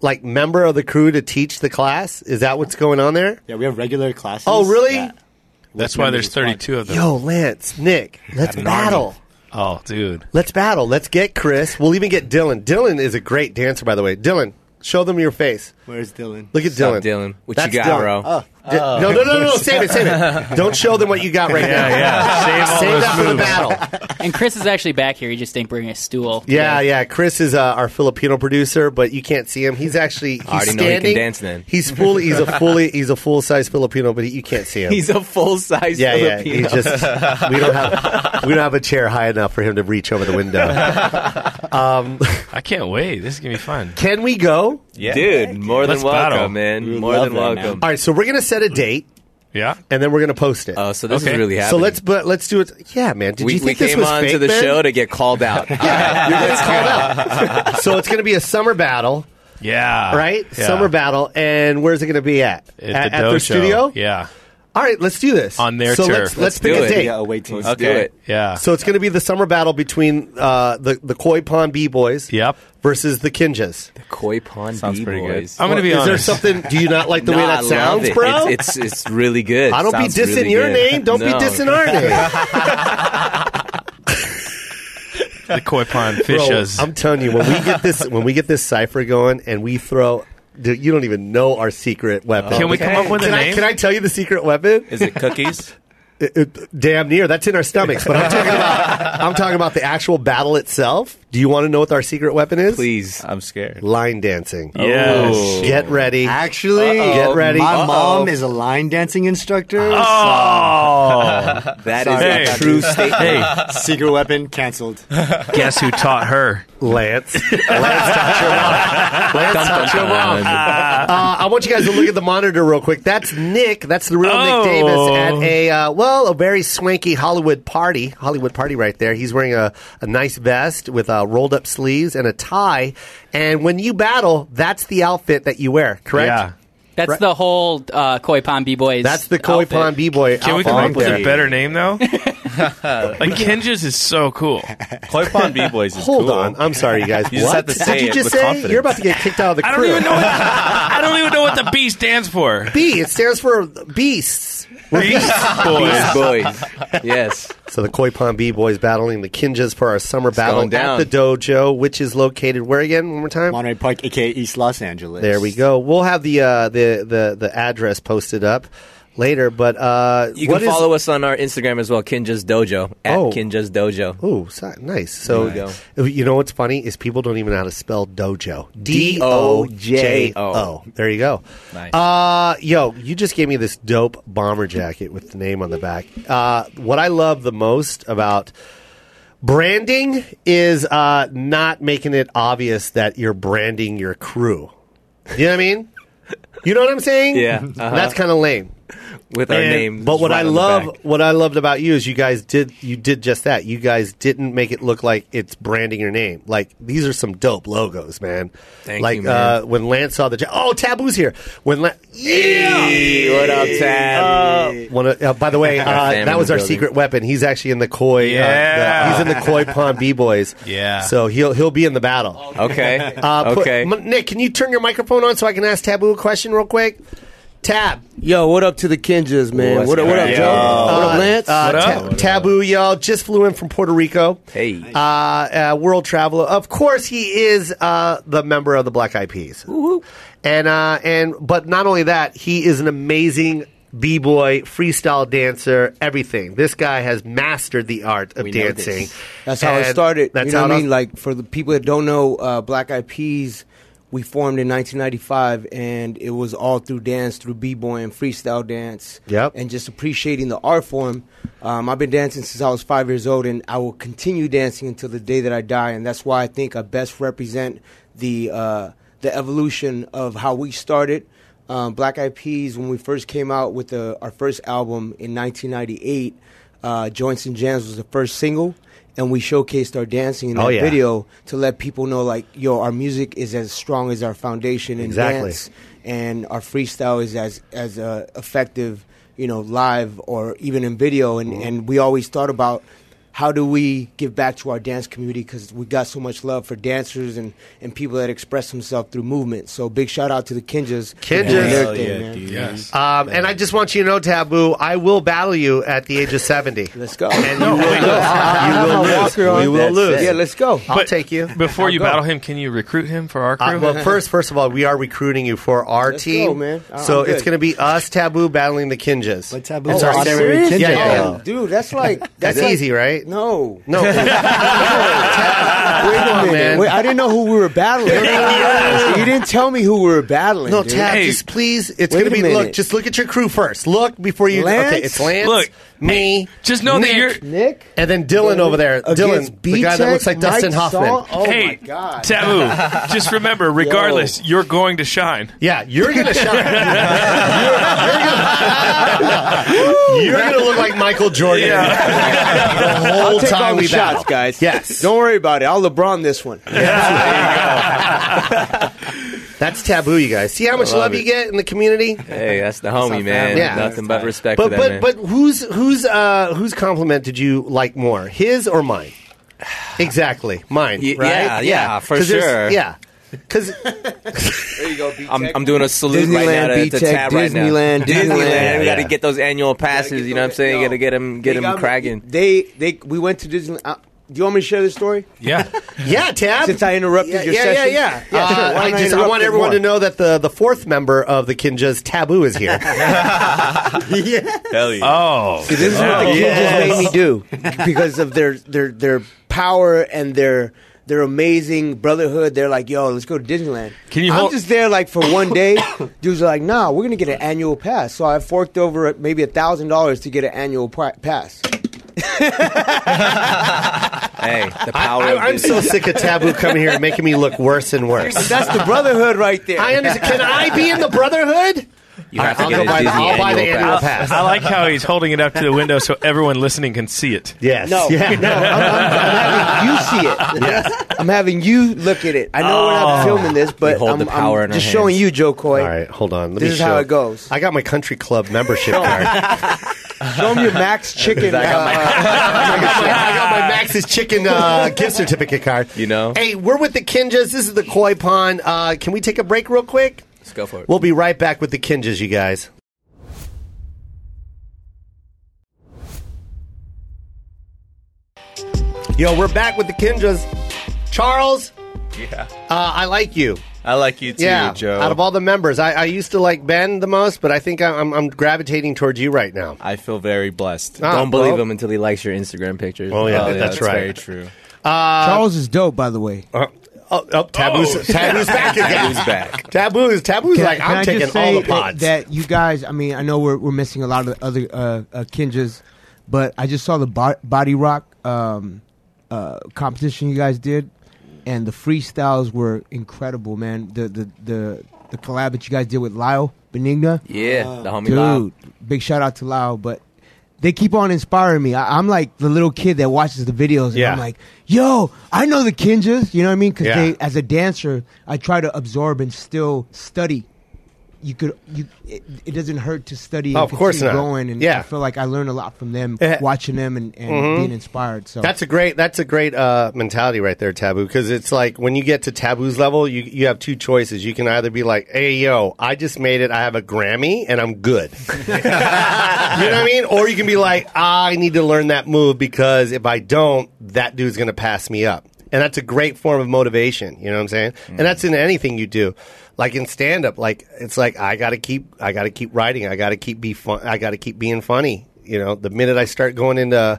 Speaker 2: like member of the crew to teach the class? Is that what's going on there?
Speaker 7: Yeah, we have regular classes.
Speaker 2: Oh, really?
Speaker 7: Yeah.
Speaker 3: That's why there's
Speaker 7: Which memory
Speaker 3: 32 of them.
Speaker 2: Yo, Lance, Nick, let's battle.
Speaker 3: Oh, dude.
Speaker 2: Let's battle. Let's get Chris. We'll even get Dylan. Dylan is a great dancer, by the way. Dylan, show them your face.
Speaker 7: Where's Dylan?
Speaker 2: Look at
Speaker 4: What's up,
Speaker 2: Dylan.
Speaker 4: Dylan? What you got, bro?
Speaker 2: Oh. Di- no, no, no, no, no. Save it, save it. Don't show them what you got right now.
Speaker 3: yeah. Save
Speaker 2: Save
Speaker 3: all
Speaker 2: that
Speaker 3: those
Speaker 2: for the
Speaker 3: moves.
Speaker 2: battle.
Speaker 5: And Chris is actually back here. He just didn't bring a stool.
Speaker 2: Yeah, yeah. Chris is uh, our Filipino producer, but you can't see him. He's actually he's
Speaker 4: already know he
Speaker 2: standing.
Speaker 4: can dance then.
Speaker 2: He's fully. He's a fully. He's a full size Filipino, but he, you can't see him.
Speaker 4: He's a full size
Speaker 2: yeah, yeah.
Speaker 4: Filipino.
Speaker 2: He just we don't have we don't have a chair high enough for him to reach over the window.
Speaker 3: I can't wait. This is going to be fun.
Speaker 2: Can we go?
Speaker 3: Yeah.
Speaker 4: Dude, more than
Speaker 3: Let's
Speaker 4: welcome,
Speaker 3: battle.
Speaker 7: We
Speaker 4: man.
Speaker 7: would
Speaker 4: More
Speaker 7: love
Speaker 4: than
Speaker 7: that, man.
Speaker 4: welcome.
Speaker 2: All right. So we're gonna set a date,
Speaker 3: Yeah.
Speaker 2: and then we're gonna post it.
Speaker 4: Oh, so this
Speaker 3: Okay.
Speaker 4: is really
Speaker 2: so
Speaker 4: happening.
Speaker 2: let's but let's do it. Yeah, man. Did
Speaker 4: we,
Speaker 2: you think
Speaker 4: we
Speaker 2: this
Speaker 4: came
Speaker 2: was
Speaker 4: on
Speaker 2: fake,
Speaker 4: to the
Speaker 2: man?
Speaker 4: show to get called out.
Speaker 2: Yeah, you're getting called out. So it's going to be a summer battle,
Speaker 3: Yeah.
Speaker 2: right?
Speaker 3: Yeah.
Speaker 2: Summer battle, and where's it going to be at?
Speaker 3: At,
Speaker 2: at
Speaker 3: the
Speaker 2: at their
Speaker 3: dojo.
Speaker 2: studio.
Speaker 3: Yeah.
Speaker 2: All right, let's do this
Speaker 3: On their
Speaker 2: so
Speaker 3: turf.
Speaker 2: Let's, let's,
Speaker 4: Let's
Speaker 2: pick
Speaker 4: do
Speaker 2: a
Speaker 4: it.
Speaker 2: date.
Speaker 7: Yeah, away team.
Speaker 4: Let's do it.
Speaker 3: Yeah.
Speaker 2: So it's going to be the summer battle between uh, the the Koi Pond B Boys
Speaker 3: Yep.
Speaker 2: versus the Kinjas.
Speaker 4: Koi Pond
Speaker 6: Sounds pretty good.
Speaker 4: B-Boys.
Speaker 3: I'm going to be
Speaker 2: Is
Speaker 3: honest.
Speaker 2: there something? Do you not like the
Speaker 4: Nah,
Speaker 2: way
Speaker 4: I
Speaker 2: that
Speaker 4: love
Speaker 2: sounds,
Speaker 4: it.
Speaker 2: bro?
Speaker 4: It's, it's it's really good.
Speaker 2: I don't
Speaker 4: Sounds
Speaker 2: be dissing
Speaker 4: really
Speaker 2: your
Speaker 4: good.
Speaker 2: name. Don't be
Speaker 4: No.
Speaker 2: dissing our name.
Speaker 3: the koi pond
Speaker 2: Bro,
Speaker 3: fishes.
Speaker 2: I'm telling you, when we get this when we get this cipher going, and we throw. Dude, you don't even know our secret weapon.
Speaker 3: Can we come up with a
Speaker 2: Can I,
Speaker 3: name?
Speaker 2: can I tell you the secret weapon?
Speaker 6: Is it cookies?
Speaker 2: It- it- damn near. That's in our stomachs. But I'm talking about I'm talking about the actual battle itself. Do you want to know what our secret weapon is?
Speaker 4: Please.
Speaker 6: I'm scared.
Speaker 2: Line dancing.
Speaker 3: Yes.
Speaker 2: Get ready.
Speaker 7: Actually,
Speaker 2: Get ready.
Speaker 7: My
Speaker 2: Uh-oh.
Speaker 7: mom is a line dancing instructor.
Speaker 3: Oh.
Speaker 4: That is
Speaker 7: Sorry.
Speaker 4: a
Speaker 3: Hey.
Speaker 4: true statement.
Speaker 3: Hey,
Speaker 7: so secret weapon canceled.
Speaker 2: Oh.
Speaker 3: guess who taught her?
Speaker 2: Lance. Lance, touch your mom. Lance, touch your mom. Uh, I want you guys to look at the monitor real quick. That's Nick. That's the real
Speaker 3: Oh.
Speaker 2: Nick Davis at a uh, well, a very swanky Hollywood party. Hollywood party right there. He's wearing a, a nice vest with uh, rolled up sleeves and a tie. And when you battle, that's the outfit that you wear. Correct.
Speaker 3: Yeah.
Speaker 5: That's
Speaker 2: Right.
Speaker 5: the whole uh, Koi Pond B Boys.
Speaker 2: That's the koi
Speaker 5: outfit.
Speaker 2: pond b boy.
Speaker 3: Can we come up with a better name though? like Kinjas is so cool.
Speaker 6: Koi Pond B Boys is
Speaker 2: Hold
Speaker 6: cool.
Speaker 2: on, I'm sorry, you guys.
Speaker 6: You just
Speaker 2: what
Speaker 6: have to say
Speaker 2: did you
Speaker 6: it
Speaker 2: just
Speaker 6: with
Speaker 2: say?
Speaker 6: confidence.
Speaker 2: You're about to get kicked out of the crew.
Speaker 3: I don't even know. What, I don't even know what the B stands for.
Speaker 2: B. It stands for beasts.
Speaker 3: Beast boys.
Speaker 4: Boys. Yes.
Speaker 2: So the Koi Pond B boys battling the Kinjas for our summer battle
Speaker 4: going down.
Speaker 2: at the dojo, which is located where again? One more time.
Speaker 7: Monterey Park, aka East Los Angeles.
Speaker 2: There we go. We'll have the uh, the the the address posted up later. But uh,
Speaker 4: You can follow us on our Instagram as well, Kinja's Dojo, at
Speaker 2: Oh.
Speaker 4: Kinja's Dojo.
Speaker 2: Oh, nice. So
Speaker 4: There
Speaker 2: you, know what's funny is people don't even know how to spell dojo. D O J O.
Speaker 4: D-O-J-O.
Speaker 2: There you go.
Speaker 6: Nice.
Speaker 2: Uh, yo, you just gave me this dope bomber jacket with the name on the back. Uh, what I love the most about branding is uh, not making it obvious that you're branding your crew. You know what I mean? You know what I'm saying?
Speaker 4: Yeah.
Speaker 2: That's kind of lame.
Speaker 4: With our
Speaker 2: And-
Speaker 4: names.
Speaker 2: But what
Speaker 4: right
Speaker 2: I
Speaker 4: on the
Speaker 2: love,
Speaker 4: back.
Speaker 2: what I loved about you is you guys did you did just that. You guys didn't make it look like it's branding your name. Like these are some dope logos, man.
Speaker 4: Thank
Speaker 2: like
Speaker 4: you, man.
Speaker 2: Uh, when Lance saw the ja- oh Taboo's here. When La-
Speaker 4: Hey, what up, Tad?
Speaker 2: yeah. One of- uh, by the way, uh,
Speaker 4: Sam in
Speaker 2: that
Speaker 4: the
Speaker 2: was our
Speaker 4: building.
Speaker 2: secret weapon. He's actually in the koi. uh,
Speaker 3: Yeah.
Speaker 2: the- he's in the koi pond b boys.
Speaker 3: Yeah.
Speaker 2: So he'll he'll be in the battle.
Speaker 4: okay.
Speaker 2: Uh, put-
Speaker 4: okay.
Speaker 2: M- Nick, can you turn your microphone on so I can ask Taboo a question real quick? Tab,
Speaker 8: Yo, what up to the Kinjas, man?
Speaker 4: What's
Speaker 8: what, up- what up,
Speaker 4: good?
Speaker 8: Joe? What up, Lance?
Speaker 2: Uh,
Speaker 3: What
Speaker 2: Ta-
Speaker 3: up?
Speaker 2: Taboo, y'all just flew in from Puerto Rico.
Speaker 4: Hey.
Speaker 2: uh, uh, world traveler. Of course, he is uh, the member of the Black Eyed Peas. And uh, and but not only that, he is an amazing b boy, freestyle dancer, everything. This guy has mastered the art of
Speaker 7: We know this.
Speaker 2: dancing.
Speaker 8: That's how it
Speaker 2: And
Speaker 8: started.
Speaker 2: That's
Speaker 8: you know
Speaker 2: how
Speaker 8: what
Speaker 2: it
Speaker 8: I mean? Like for the people that don't know, uh, Black Eyed Peas, we formed in 1995, and it was all through dance, through b-boy and freestyle dance.
Speaker 2: Yep.
Speaker 8: And just appreciating the art form. Um, I've been dancing since I was five years old, and I will continue dancing until the day that I die. And that's why I think I best represent the uh, the evolution of how we started. Um, Black Eyed Peas, when we first came out with the, our first album in 1998, uh, Joints and Jams was the first single, and we showcased our dancing in that
Speaker 2: Oh, yeah.
Speaker 8: video to let people know, like, yo, our music is as strong as our foundation in
Speaker 2: Exactly.
Speaker 8: dance, and our freestyle is as as uh, effective, you know, live or even in video.
Speaker 2: Mm-hmm.
Speaker 8: And and we always thought about how do we give back to our dance community because we got so much love for dancers and, and people that express themselves through movement. So big shout out to the Kinjas, for doing
Speaker 2: Kinjas.
Speaker 8: their
Speaker 2: Hell
Speaker 8: thing,
Speaker 6: yeah,
Speaker 8: man.
Speaker 6: dude.
Speaker 3: Yes.
Speaker 2: Um, and I just want you to know, Taboo, I will battle you at the age of 70.
Speaker 8: Let's go.
Speaker 2: And you will lose. You
Speaker 8: I'll
Speaker 2: will
Speaker 8: have my
Speaker 2: lose.
Speaker 8: walker on.
Speaker 2: You will
Speaker 6: That's
Speaker 2: lose.
Speaker 6: it.
Speaker 8: Yeah, let's go.
Speaker 2: I'll
Speaker 3: But
Speaker 2: take you.
Speaker 3: Before you
Speaker 8: go.
Speaker 3: battle him, can you recruit him for our crew?
Speaker 2: Uh, well, first, first of all, we are recruiting you for our
Speaker 8: Let's
Speaker 2: team,
Speaker 8: go, man. I-
Speaker 2: so
Speaker 8: I'm good. Oh,
Speaker 2: it's going to be us, Taboo, battling the Kinjas.
Speaker 7: But Taboo
Speaker 2: It's
Speaker 7: is
Speaker 2: our
Speaker 7: on
Speaker 2: second-
Speaker 7: every Kinja
Speaker 2: Yeah, yeah, yeah.
Speaker 7: show.
Speaker 8: Dude, that's like
Speaker 2: That's
Speaker 8: like-
Speaker 2: easy, right?
Speaker 8: No.
Speaker 2: no.
Speaker 8: Wait
Speaker 2: Come
Speaker 8: a
Speaker 2: on, man.
Speaker 8: minute. Wait, I didn't know who we were battling. You didn't tell me who we were battling.
Speaker 2: No,
Speaker 8: dude.
Speaker 2: Tab,
Speaker 3: Hey.
Speaker 2: just please. It's
Speaker 8: Wait
Speaker 2: going to
Speaker 8: a
Speaker 2: be
Speaker 8: minute.
Speaker 2: look. Just look at your crew first. Look before you.
Speaker 8: Lance?
Speaker 2: Okay, it's Lance.
Speaker 3: Look,
Speaker 2: me.
Speaker 3: just know that
Speaker 2: Nick,
Speaker 3: you're-
Speaker 8: Nick.
Speaker 2: And then Dylan over there.
Speaker 8: Against
Speaker 2: Dylan, the guy that
Speaker 8: B-Tech,
Speaker 2: looks like
Speaker 8: Mike
Speaker 2: Dustin Hoffman.
Speaker 8: Saul? Oh
Speaker 3: hey,
Speaker 8: my god.
Speaker 3: Taboo. just remember, regardless, you're going to shine.
Speaker 2: Yeah, you're gonna shine. you're, you're gonna, you're gonna look like Michael Jordan the whole
Speaker 8: I'll take
Speaker 2: time
Speaker 8: all the
Speaker 2: we battle.
Speaker 8: shots, guys.
Speaker 2: Yes.
Speaker 8: Don't worry about it. I'll LeBron this one.
Speaker 2: That's taboo, you guys. See how much love, you get in the community.
Speaker 4: Hey, that's the homie, man.
Speaker 2: Yeah.
Speaker 4: Nothing but respect
Speaker 2: But
Speaker 4: for that
Speaker 2: but
Speaker 4: man.
Speaker 2: but whose whose uh, whose compliment did you like more, his or mine? Exactly, mine.
Speaker 4: Y-
Speaker 2: right?
Speaker 4: yeah, yeah, for
Speaker 2: 'Cause there's-
Speaker 4: sure.
Speaker 2: Yeah, because
Speaker 4: I'm, I'm doing a salute right now
Speaker 8: Disneyland,
Speaker 4: to, to
Speaker 8: B-Tech,
Speaker 4: Tab right now.
Speaker 8: Disneyland,
Speaker 4: Disneyland.
Speaker 8: Disneyland.
Speaker 4: We got to
Speaker 2: Yeah.
Speaker 4: get those annual passes.
Speaker 8: get
Speaker 4: you know what I'm
Speaker 8: those-
Speaker 4: saying?
Speaker 8: yo,
Speaker 4: Got to get them, get
Speaker 8: They got
Speaker 4: them
Speaker 8: me-
Speaker 4: cracking.
Speaker 8: They they we went to Disney. Uh, do you want me to share this story?
Speaker 3: Yeah.
Speaker 2: yeah, Tab.
Speaker 8: Since I interrupted
Speaker 2: yeah,
Speaker 8: your
Speaker 2: yeah,
Speaker 8: session.
Speaker 2: yeah, yeah,
Speaker 8: Yeah, sure.
Speaker 2: Uh,
Speaker 8: Why don't
Speaker 2: I
Speaker 8: I
Speaker 2: just I
Speaker 8: interrupt
Speaker 2: want
Speaker 8: it
Speaker 2: everyone to
Speaker 8: more?
Speaker 2: know that the the fourth member of the Kinjas Taboo is here.
Speaker 6: Hell yeah.
Speaker 3: Oh.
Speaker 8: See, this is what the Kinjas made me do because of their their their power and their their amazing brotherhood. They're like, yo, let's go to Disneyland.
Speaker 3: Can you
Speaker 8: I'm
Speaker 3: hold-
Speaker 8: just there like for one day. Dudes are like, nah, we're gonna get an annual pass. So I forked over maybe a thousand dollars to get an annual pa- pass.
Speaker 4: Hey, the power
Speaker 2: I,
Speaker 4: of
Speaker 2: I, I'm
Speaker 4: Disney.
Speaker 2: so sick of Taboo coming here and making me look worse and worse.
Speaker 8: That's the brotherhood right there.
Speaker 2: I understand. Can I be in the Brotherhood?
Speaker 4: You have
Speaker 2: I'll
Speaker 4: to
Speaker 2: go
Speaker 4: get a
Speaker 2: buy the-
Speaker 4: Disney
Speaker 2: I'll buy the
Speaker 4: annual
Speaker 2: annual
Speaker 4: pass.
Speaker 2: pass.
Speaker 3: I like how he's holding it up to the window so everyone listening can see it.
Speaker 2: Yes.
Speaker 8: No,
Speaker 2: Yeah.
Speaker 8: no. I'm, I'm- I'm having you see it. I'm having you look at it. I know we're not filming this, but
Speaker 4: hold
Speaker 8: I'm,
Speaker 4: the power
Speaker 8: I'm
Speaker 4: in our
Speaker 8: just showing
Speaker 4: hands.
Speaker 8: you, Joe Coy.
Speaker 2: All right, hold on. Let
Speaker 8: This
Speaker 2: me
Speaker 8: is
Speaker 2: show.
Speaker 8: how it goes.
Speaker 2: I got my country club membership card.
Speaker 8: Show him your Max Chicken. uh,
Speaker 2: I, got my, I got my Max's Chicken uh, gift certificate card.
Speaker 4: You know?
Speaker 2: Hey, we're with the Kinjas. This is the Koi Pond. Uh, can we take a break real quick?
Speaker 4: Let's go for it.
Speaker 2: We'll be right back with the Kinjas, you guys. Yo, we're back with the Kinjas. Charles,
Speaker 6: Yeah.
Speaker 2: uh, I like you.
Speaker 6: I like you too,
Speaker 2: yeah,
Speaker 6: Joe.
Speaker 2: out of all the members, I, I used to like Ben the most, but I think I- I'm, I'm gravitating towards you right now.
Speaker 6: I feel very blessed.
Speaker 2: Ah,
Speaker 4: Don't believe
Speaker 2: well,
Speaker 4: him until he likes your Instagram pictures.
Speaker 2: Oh, yeah, that's right.
Speaker 6: Very true.
Speaker 8: Charles is dope, by the way.
Speaker 2: Uh, oh, oh, taboo's, taboo's back again.
Speaker 4: Taboo's back.
Speaker 2: Taboo's taboo's like
Speaker 8: Can I
Speaker 2: I'm
Speaker 8: just
Speaker 2: taking
Speaker 8: say
Speaker 2: all the
Speaker 8: that-
Speaker 2: pods.
Speaker 8: That, you guys, I mean, I know we're, we're missing a lot of the other uh, uh, Kinjas, but I just saw the bo- Body Rock um, uh, competition you guys did, and the freestyles were incredible, man. The the the, the collab that you guys did with Lyle Benigna.
Speaker 4: Yeah, the homie
Speaker 8: Dude,
Speaker 4: Lyle.
Speaker 8: big shout out to Lau, but they keep on inspiring me. I, I'm like the little kid that watches the videos, and
Speaker 2: Yeah.
Speaker 8: I'm like, yo, I know the Kinjas. You know what I mean? Because
Speaker 2: Yeah.
Speaker 8: they, as a dancer, I try to absorb and still study. You could, you, it, it doesn't hurt to study. and
Speaker 2: Oh, Of course
Speaker 8: continue
Speaker 2: not.
Speaker 8: going, and
Speaker 2: Yeah.
Speaker 8: I feel like I learned a lot from them,
Speaker 2: Eh. Mm-hmm.
Speaker 8: watching them and, and being inspired. So
Speaker 2: That's a great. That's a great uh, mentality right there, Taboo. Because it's like when you get to Taboo's level, you you have two choices. You can either be like, "Hey, yo, I just made it. I have a Grammy, and I'm good." you know what I mean? Or you can be like, "I need to learn that move because if I don't, that dude's gonna pass me up." And that's a great form of motivation. You know what I'm saying? And that's in anything you do. like in stand up, like it's like I gotta keep I gotta keep writing. I gotta keep be fun. I gotta keep being funny. You know, the minute I start going into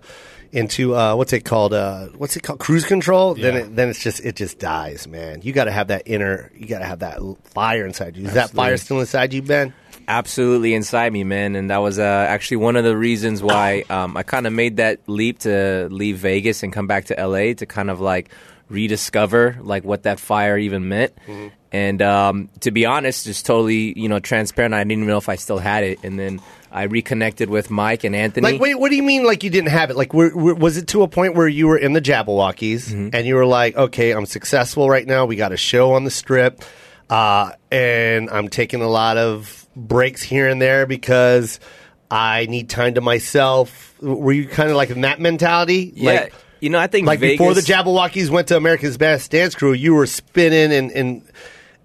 Speaker 2: into uh, what's it called? Uh, what's it called? Cruise control. Then it, then it's just it just dies, man. You got to have that inner. You got to have that l- fire inside you. Is that fire still inside you, Ben?
Speaker 4: absolutely inside me, man. And that was uh, actually one of the reasons why um, I kind of made that leap to leave Vegas and come back to LA to kind of like rediscover like what that fire even meant.
Speaker 2: Mm-hmm.
Speaker 4: And um, to be honest, just totally you know transparent. I didn't even know if I still had it. And then I reconnected with Mike and Anthony.
Speaker 2: Like, wait, what do you mean? Like you didn't have it? Like, were, were, was it to a point where you were in the Jabberwockies
Speaker 4: Mm-hmm.
Speaker 2: and you were like, okay, I'm successful right now. We got a show on the Strip, uh, and I'm taking a lot of breaks here and there because I need time to myself. Were you kind of like in that mentality?
Speaker 4: yeah,
Speaker 2: Like,
Speaker 4: you know, I think
Speaker 2: like
Speaker 4: Vegas,
Speaker 2: before the Jabberwockies went to America's Best Dance Crew, you were spinning and and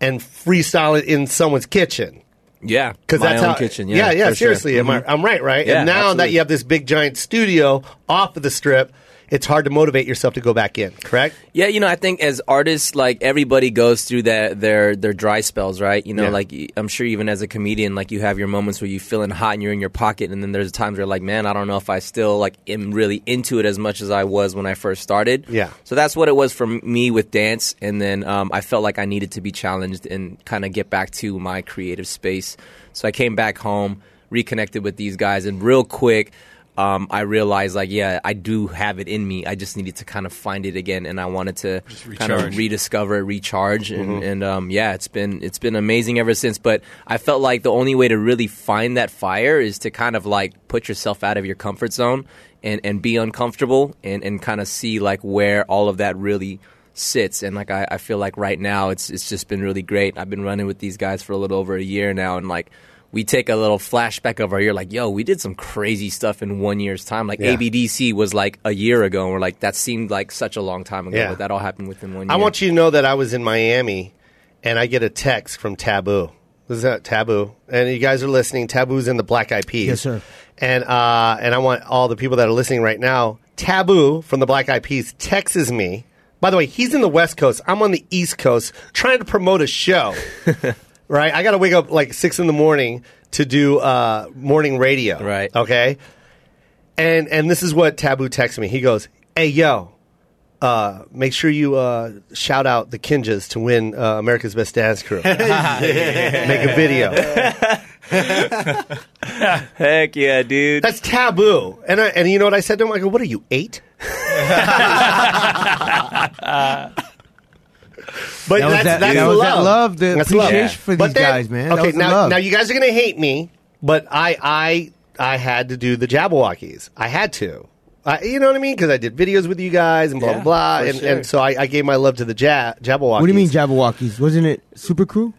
Speaker 2: and freestyling in someone's kitchen.
Speaker 4: yeah,
Speaker 2: Because
Speaker 4: my
Speaker 2: that's
Speaker 4: own
Speaker 2: how
Speaker 4: kitchen.
Speaker 2: yeah,
Speaker 4: Yeah, for sure. Mm-hmm.
Speaker 2: seriously, am I, I'm right, right?
Speaker 4: Yeah,
Speaker 2: and now that
Speaker 4: absolutely.
Speaker 2: you have this big giant studio off of the strip, it's hard to motivate yourself to go back in. Correct?
Speaker 4: Yeah, you know, I think as artists, like everybody goes through that their their dry spells, right? You know,
Speaker 2: Yeah.
Speaker 4: like y- I'm sure even as a comedian, like you have your moments where you feeling hot and you're in your pocket, and then there's times where like, man, I don't know if I still like am really into it as much as I was when I first started.
Speaker 2: Yeah.
Speaker 4: So that's what it was for me with dance, and then um, I felt like I needed to be challenged and kind of get back to my creative space. So I came back home, reconnected with these guys, and real quick um, I realized like, yeah, I do have it in me. I just needed to kind of find it again, and I wanted to kind of rediscover, it, recharge, and,
Speaker 2: Mm-hmm.
Speaker 4: and um, yeah, it's been it's been amazing ever since. But I felt like the only way to really find that fire is to kind of like put yourself out of your comfort zone and and be uncomfortable and and kind of see like where all of that really sits and like I, I feel like right now it's it's just been really great i've been running with these guys for a little over a year now and like we take a little flashback of our year, like, yo, we did some crazy stuff in one year's time. Like
Speaker 2: Yeah.
Speaker 4: ABDC was like a year ago, and we're like, that seemed like such a long time ago,
Speaker 2: Yeah.
Speaker 4: but that all happened within one year.
Speaker 2: I want you to know that I was in Miami, and I get a text from Taboo. This is that Taboo, and you guys are listening. Taboo's in the Black Eyed Peas.
Speaker 8: Yes, sir.
Speaker 2: And uh, and I want all the people that are listening right now. Taboo from the Black Eyed Peas texts me. By the way, he's in the West Coast. I'm on the East Coast, trying to promote a show. right? I got to wake up like six in the morning to do uh, morning radio.
Speaker 4: Right.
Speaker 2: Okay. And and this is what Taboo texts me. He goes, "Hey yo, uh, make sure you uh, shout out the Kinjas to win uh, America's Best Dance Crew. Make a video.
Speaker 4: Heck yeah, dude.
Speaker 2: That's Taboo. And I, and you know what I said to him? I go, "What are you eight? But
Speaker 8: That was
Speaker 2: that's,
Speaker 8: that-
Speaker 2: that's
Speaker 8: that
Speaker 2: love.
Speaker 8: was that love, the
Speaker 2: that's love.
Speaker 8: appreciation for
Speaker 2: But
Speaker 8: these
Speaker 2: then-
Speaker 8: guys, man. That
Speaker 2: Okay,
Speaker 8: was the
Speaker 2: now
Speaker 8: love.
Speaker 2: now you guys are gonna hate me, but I I I had to do the Jabberwockies. I had to. I, you know what I mean? Because I did videos with you guys and blah
Speaker 4: Yeah,
Speaker 2: blah blah,
Speaker 4: for
Speaker 2: and,
Speaker 4: sure.
Speaker 2: and so I, I gave my love to the ja- Jabberwockies.
Speaker 8: What do you mean Jabberwockies? Wasn't it Super Crew?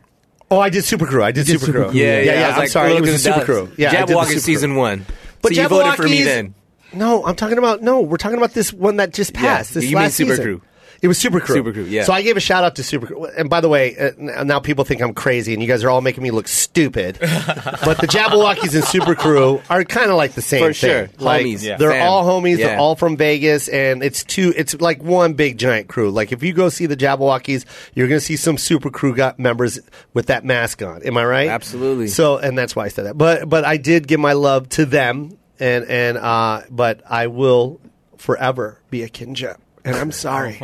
Speaker 2: Oh, I did Super Crew. I did,
Speaker 8: did
Speaker 2: Super,
Speaker 8: Super
Speaker 2: Crew.
Speaker 8: Crew.
Speaker 4: yeah, yeah,
Speaker 2: yeah.
Speaker 4: I was
Speaker 2: I'm
Speaker 4: like,
Speaker 2: sorry,
Speaker 4: we're
Speaker 2: it
Speaker 4: looking
Speaker 2: was
Speaker 4: to
Speaker 2: the Super
Speaker 4: Dallas.
Speaker 2: Crew. Yeah, I did the
Speaker 4: Jabberwocky
Speaker 2: Super
Speaker 4: season
Speaker 2: Crew.
Speaker 4: one.
Speaker 2: But
Speaker 4: so you voted for me
Speaker 2: Jabberwockies-
Speaker 4: then.
Speaker 2: No, I'm talking about no. We're talking about this one that just passed. This
Speaker 4: you mean
Speaker 2: last
Speaker 4: Super
Speaker 2: season.
Speaker 4: Crew.
Speaker 2: It was Super Crew.
Speaker 4: Super Crew, yeah.
Speaker 2: So I gave a shout out to Super Crew. And by the way, uh, n- now people think I'm crazy, and you guys are all making me look stupid. but the Jabberwockies and Super Crew are kind of like the same
Speaker 4: For
Speaker 2: thing.
Speaker 4: sure.
Speaker 2: Like,
Speaker 4: Homies, yeah.
Speaker 2: They're
Speaker 4: Fam.
Speaker 2: all homies. They're
Speaker 4: Yeah.
Speaker 2: all from Vegas, and it's two. It's like one big giant crew. Like if you go see the Jabberwockies, you're going to see some Super Crew got members with that mask on. Am I right?
Speaker 4: Absolutely.
Speaker 2: So, and that's why I said that. But, but I did give my love to them, and and uh, but I will forever be a kinja, and I'm sorry.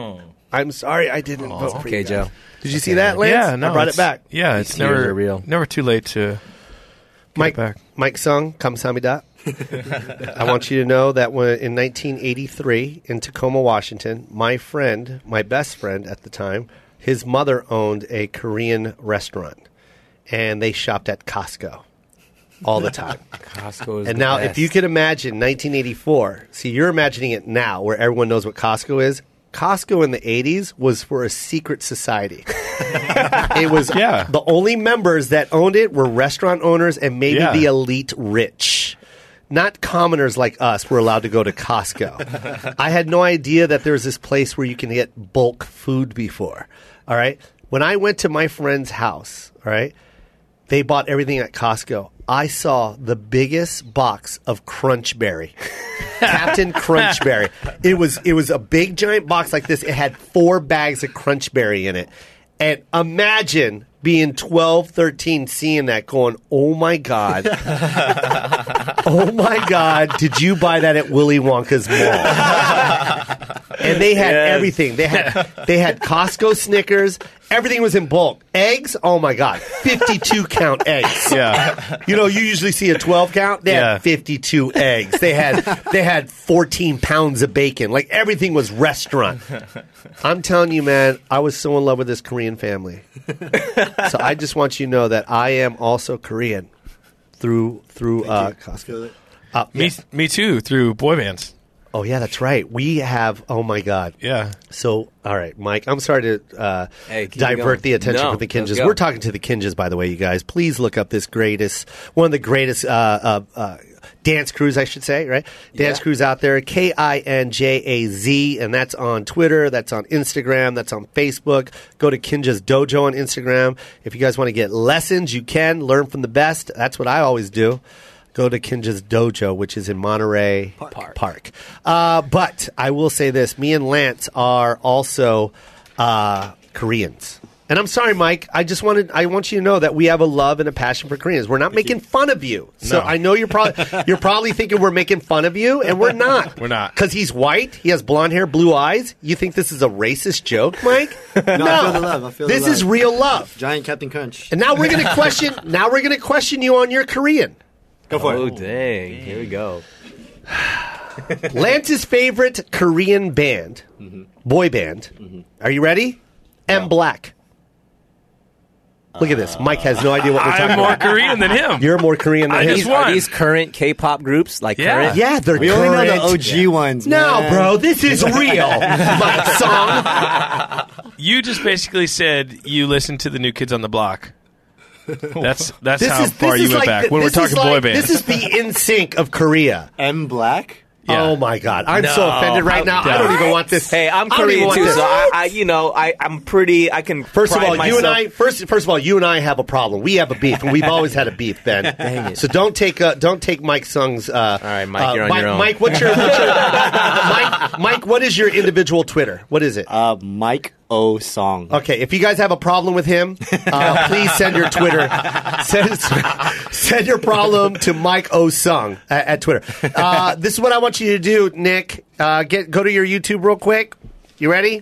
Speaker 2: I'm sorry I didn't vote for you
Speaker 4: okay,
Speaker 2: guys.
Speaker 4: Joe.
Speaker 2: Did you see that, Lance?
Speaker 3: Yeah, no,
Speaker 2: I brought
Speaker 3: it's-
Speaker 2: it back.
Speaker 3: Yeah, it's
Speaker 4: tears
Speaker 3: never
Speaker 4: are real.
Speaker 3: never too late to.
Speaker 2: Mike,
Speaker 3: back.
Speaker 2: Mike Sung, Kamsamida. I want you to know that when, in 1983 in Tacoma, Washington, my friend, my best friend at the time, his mother owned a Korean restaurant, and they shopped at Costco all the time.
Speaker 4: Costco is
Speaker 2: And
Speaker 4: the
Speaker 2: now, if
Speaker 4: best.
Speaker 2: you could imagine 1984, see, you're imagining it now where everyone knows what Costco is. Costco in the 80s was for a secret society. it was
Speaker 3: Yeah.
Speaker 2: the only members that owned it were restaurant owners and maybe
Speaker 3: Yeah.
Speaker 2: the elite rich. Not commoners like us were allowed to go to Costco. I had no idea that there was this place where you can get bulk food before. All right. When I went to my friend's house, all right, they bought everything at Costco. I saw the biggest box of Crunchberry. Captain Crunchberry. It was it was a big giant box like this. It had four bags of Crunchberry in it. And imagine being 12, 13, seeing that, going, oh my God. oh my God, did you buy that at Willy Wonka's Mall? and they had
Speaker 4: Yes.
Speaker 2: everything. They had they had Costco Snickers. Everything was in bulk. Eggs, oh my God, 52 count eggs.
Speaker 3: Yeah.
Speaker 2: You know, you usually see a 12 count. They
Speaker 3: Yeah.
Speaker 2: had 52 eggs. They had they had 14 pounds of bacon. Like everything was restaurant. I'm telling you, man, I was so in love with this Korean family. so I just want you to know that I am also Korean through through uh, Costco. Uh,
Speaker 3: Me,
Speaker 2: yeah.
Speaker 3: me too. Through boy bands.
Speaker 2: Oh yeah, that's right. We have. Oh my God.
Speaker 3: Yeah.
Speaker 2: So, all right, Mike, I'm sorry to uh,
Speaker 4: Hey, keep it going.
Speaker 2: divert the attention
Speaker 4: No,
Speaker 2: from the
Speaker 4: let's
Speaker 2: Kinjas.
Speaker 4: go.
Speaker 2: We're talking to the Kinjas, by the way, you guys. Please look up this greatest, one of the greatest uh, uh, uh, dance crews, I should say, right? Dance crews out there, K I N J A Z, and that's on Twitter, that's on Instagram, that's on Facebook. Go to Kinjas Dojo on Instagram. If you guys want to get lessons, you can learn from the best. That's what I always do. Go to Kinja's Dojo, which is in Monterey Park. Uh, but I will say this: me and Lance are also uh, Koreans. And I'm sorry, Mike. I just wanted I want you to know that we have a love and a passion for Koreans. We're not making fun of you. So
Speaker 3: No.
Speaker 2: I know you're probably you're probably thinking we're making fun of you, and we're not.
Speaker 3: We're not.
Speaker 2: because he's white. He has blonde hair, blue eyes. You think this is a racist joke, Mike? no,
Speaker 7: I feel the love. I feel the
Speaker 2: this is
Speaker 7: love.
Speaker 2: real love.
Speaker 7: Giant Captain Crunch.
Speaker 2: And now we're gonna question. now we're gonna question you on your Korean.
Speaker 7: Go for
Speaker 4: Oh
Speaker 7: it.
Speaker 4: dang! Here we go.
Speaker 2: Lance's favorite Korean band,
Speaker 7: Mm-hmm.
Speaker 2: boy band. Are you ready? M Black. Look at this. Mike has no idea what we're talking
Speaker 3: I'm more
Speaker 2: about.
Speaker 3: Korean than him.
Speaker 2: You're more Korean than
Speaker 3: I
Speaker 2: him.
Speaker 3: just
Speaker 4: Are
Speaker 3: One.
Speaker 4: these current K-pop groups like
Speaker 3: Yeah.
Speaker 4: current?
Speaker 2: yeah, they're
Speaker 7: We only know the
Speaker 2: current.
Speaker 7: OG ones.
Speaker 2: No,
Speaker 7: man.
Speaker 2: bro, this is real. Mike song.
Speaker 3: You just basically said you listened to the new kids on the block. That's that's
Speaker 2: This
Speaker 3: how
Speaker 2: is
Speaker 3: far
Speaker 2: this
Speaker 3: you
Speaker 2: is
Speaker 3: went
Speaker 2: like
Speaker 3: back
Speaker 2: the-
Speaker 3: when we're
Speaker 2: this is
Speaker 3: talking boy
Speaker 2: like-
Speaker 3: bands.
Speaker 2: This is the in sync of Korea.
Speaker 7: M Black.
Speaker 3: Yeah.
Speaker 2: Oh my god, I'm so
Speaker 4: No.
Speaker 2: offended right now. I don't
Speaker 3: What?
Speaker 2: even want this.
Speaker 4: Hey, I'm
Speaker 2: I don't even
Speaker 4: Korean
Speaker 2: want
Speaker 4: too,
Speaker 2: this.
Speaker 4: so I, I, you know, I, I'm pretty. I can.
Speaker 2: First of
Speaker 4: pride
Speaker 2: all, you
Speaker 4: myself-
Speaker 2: and I first first of all, you and I have a problem. We have a beef, and we've always had a beef, Ben.
Speaker 4: Dang it.
Speaker 2: So don't take uh, don't take Mike Sung's. Uh, all
Speaker 4: right, Mike, you're on
Speaker 2: Mike,
Speaker 4: your own.
Speaker 2: Mike, what's your, what's your Mike, Mike? What is your individual Twitter? What is it?
Speaker 7: Uh, Mike O Song.
Speaker 2: Okay, if you guys have a problem with him, uh, please send your Twitter. Send, send your problem to Mike Osung at, at Twitter. Uh, this is what I want you to do, Nick. Uh, get go to your YouTube real quick. You ready?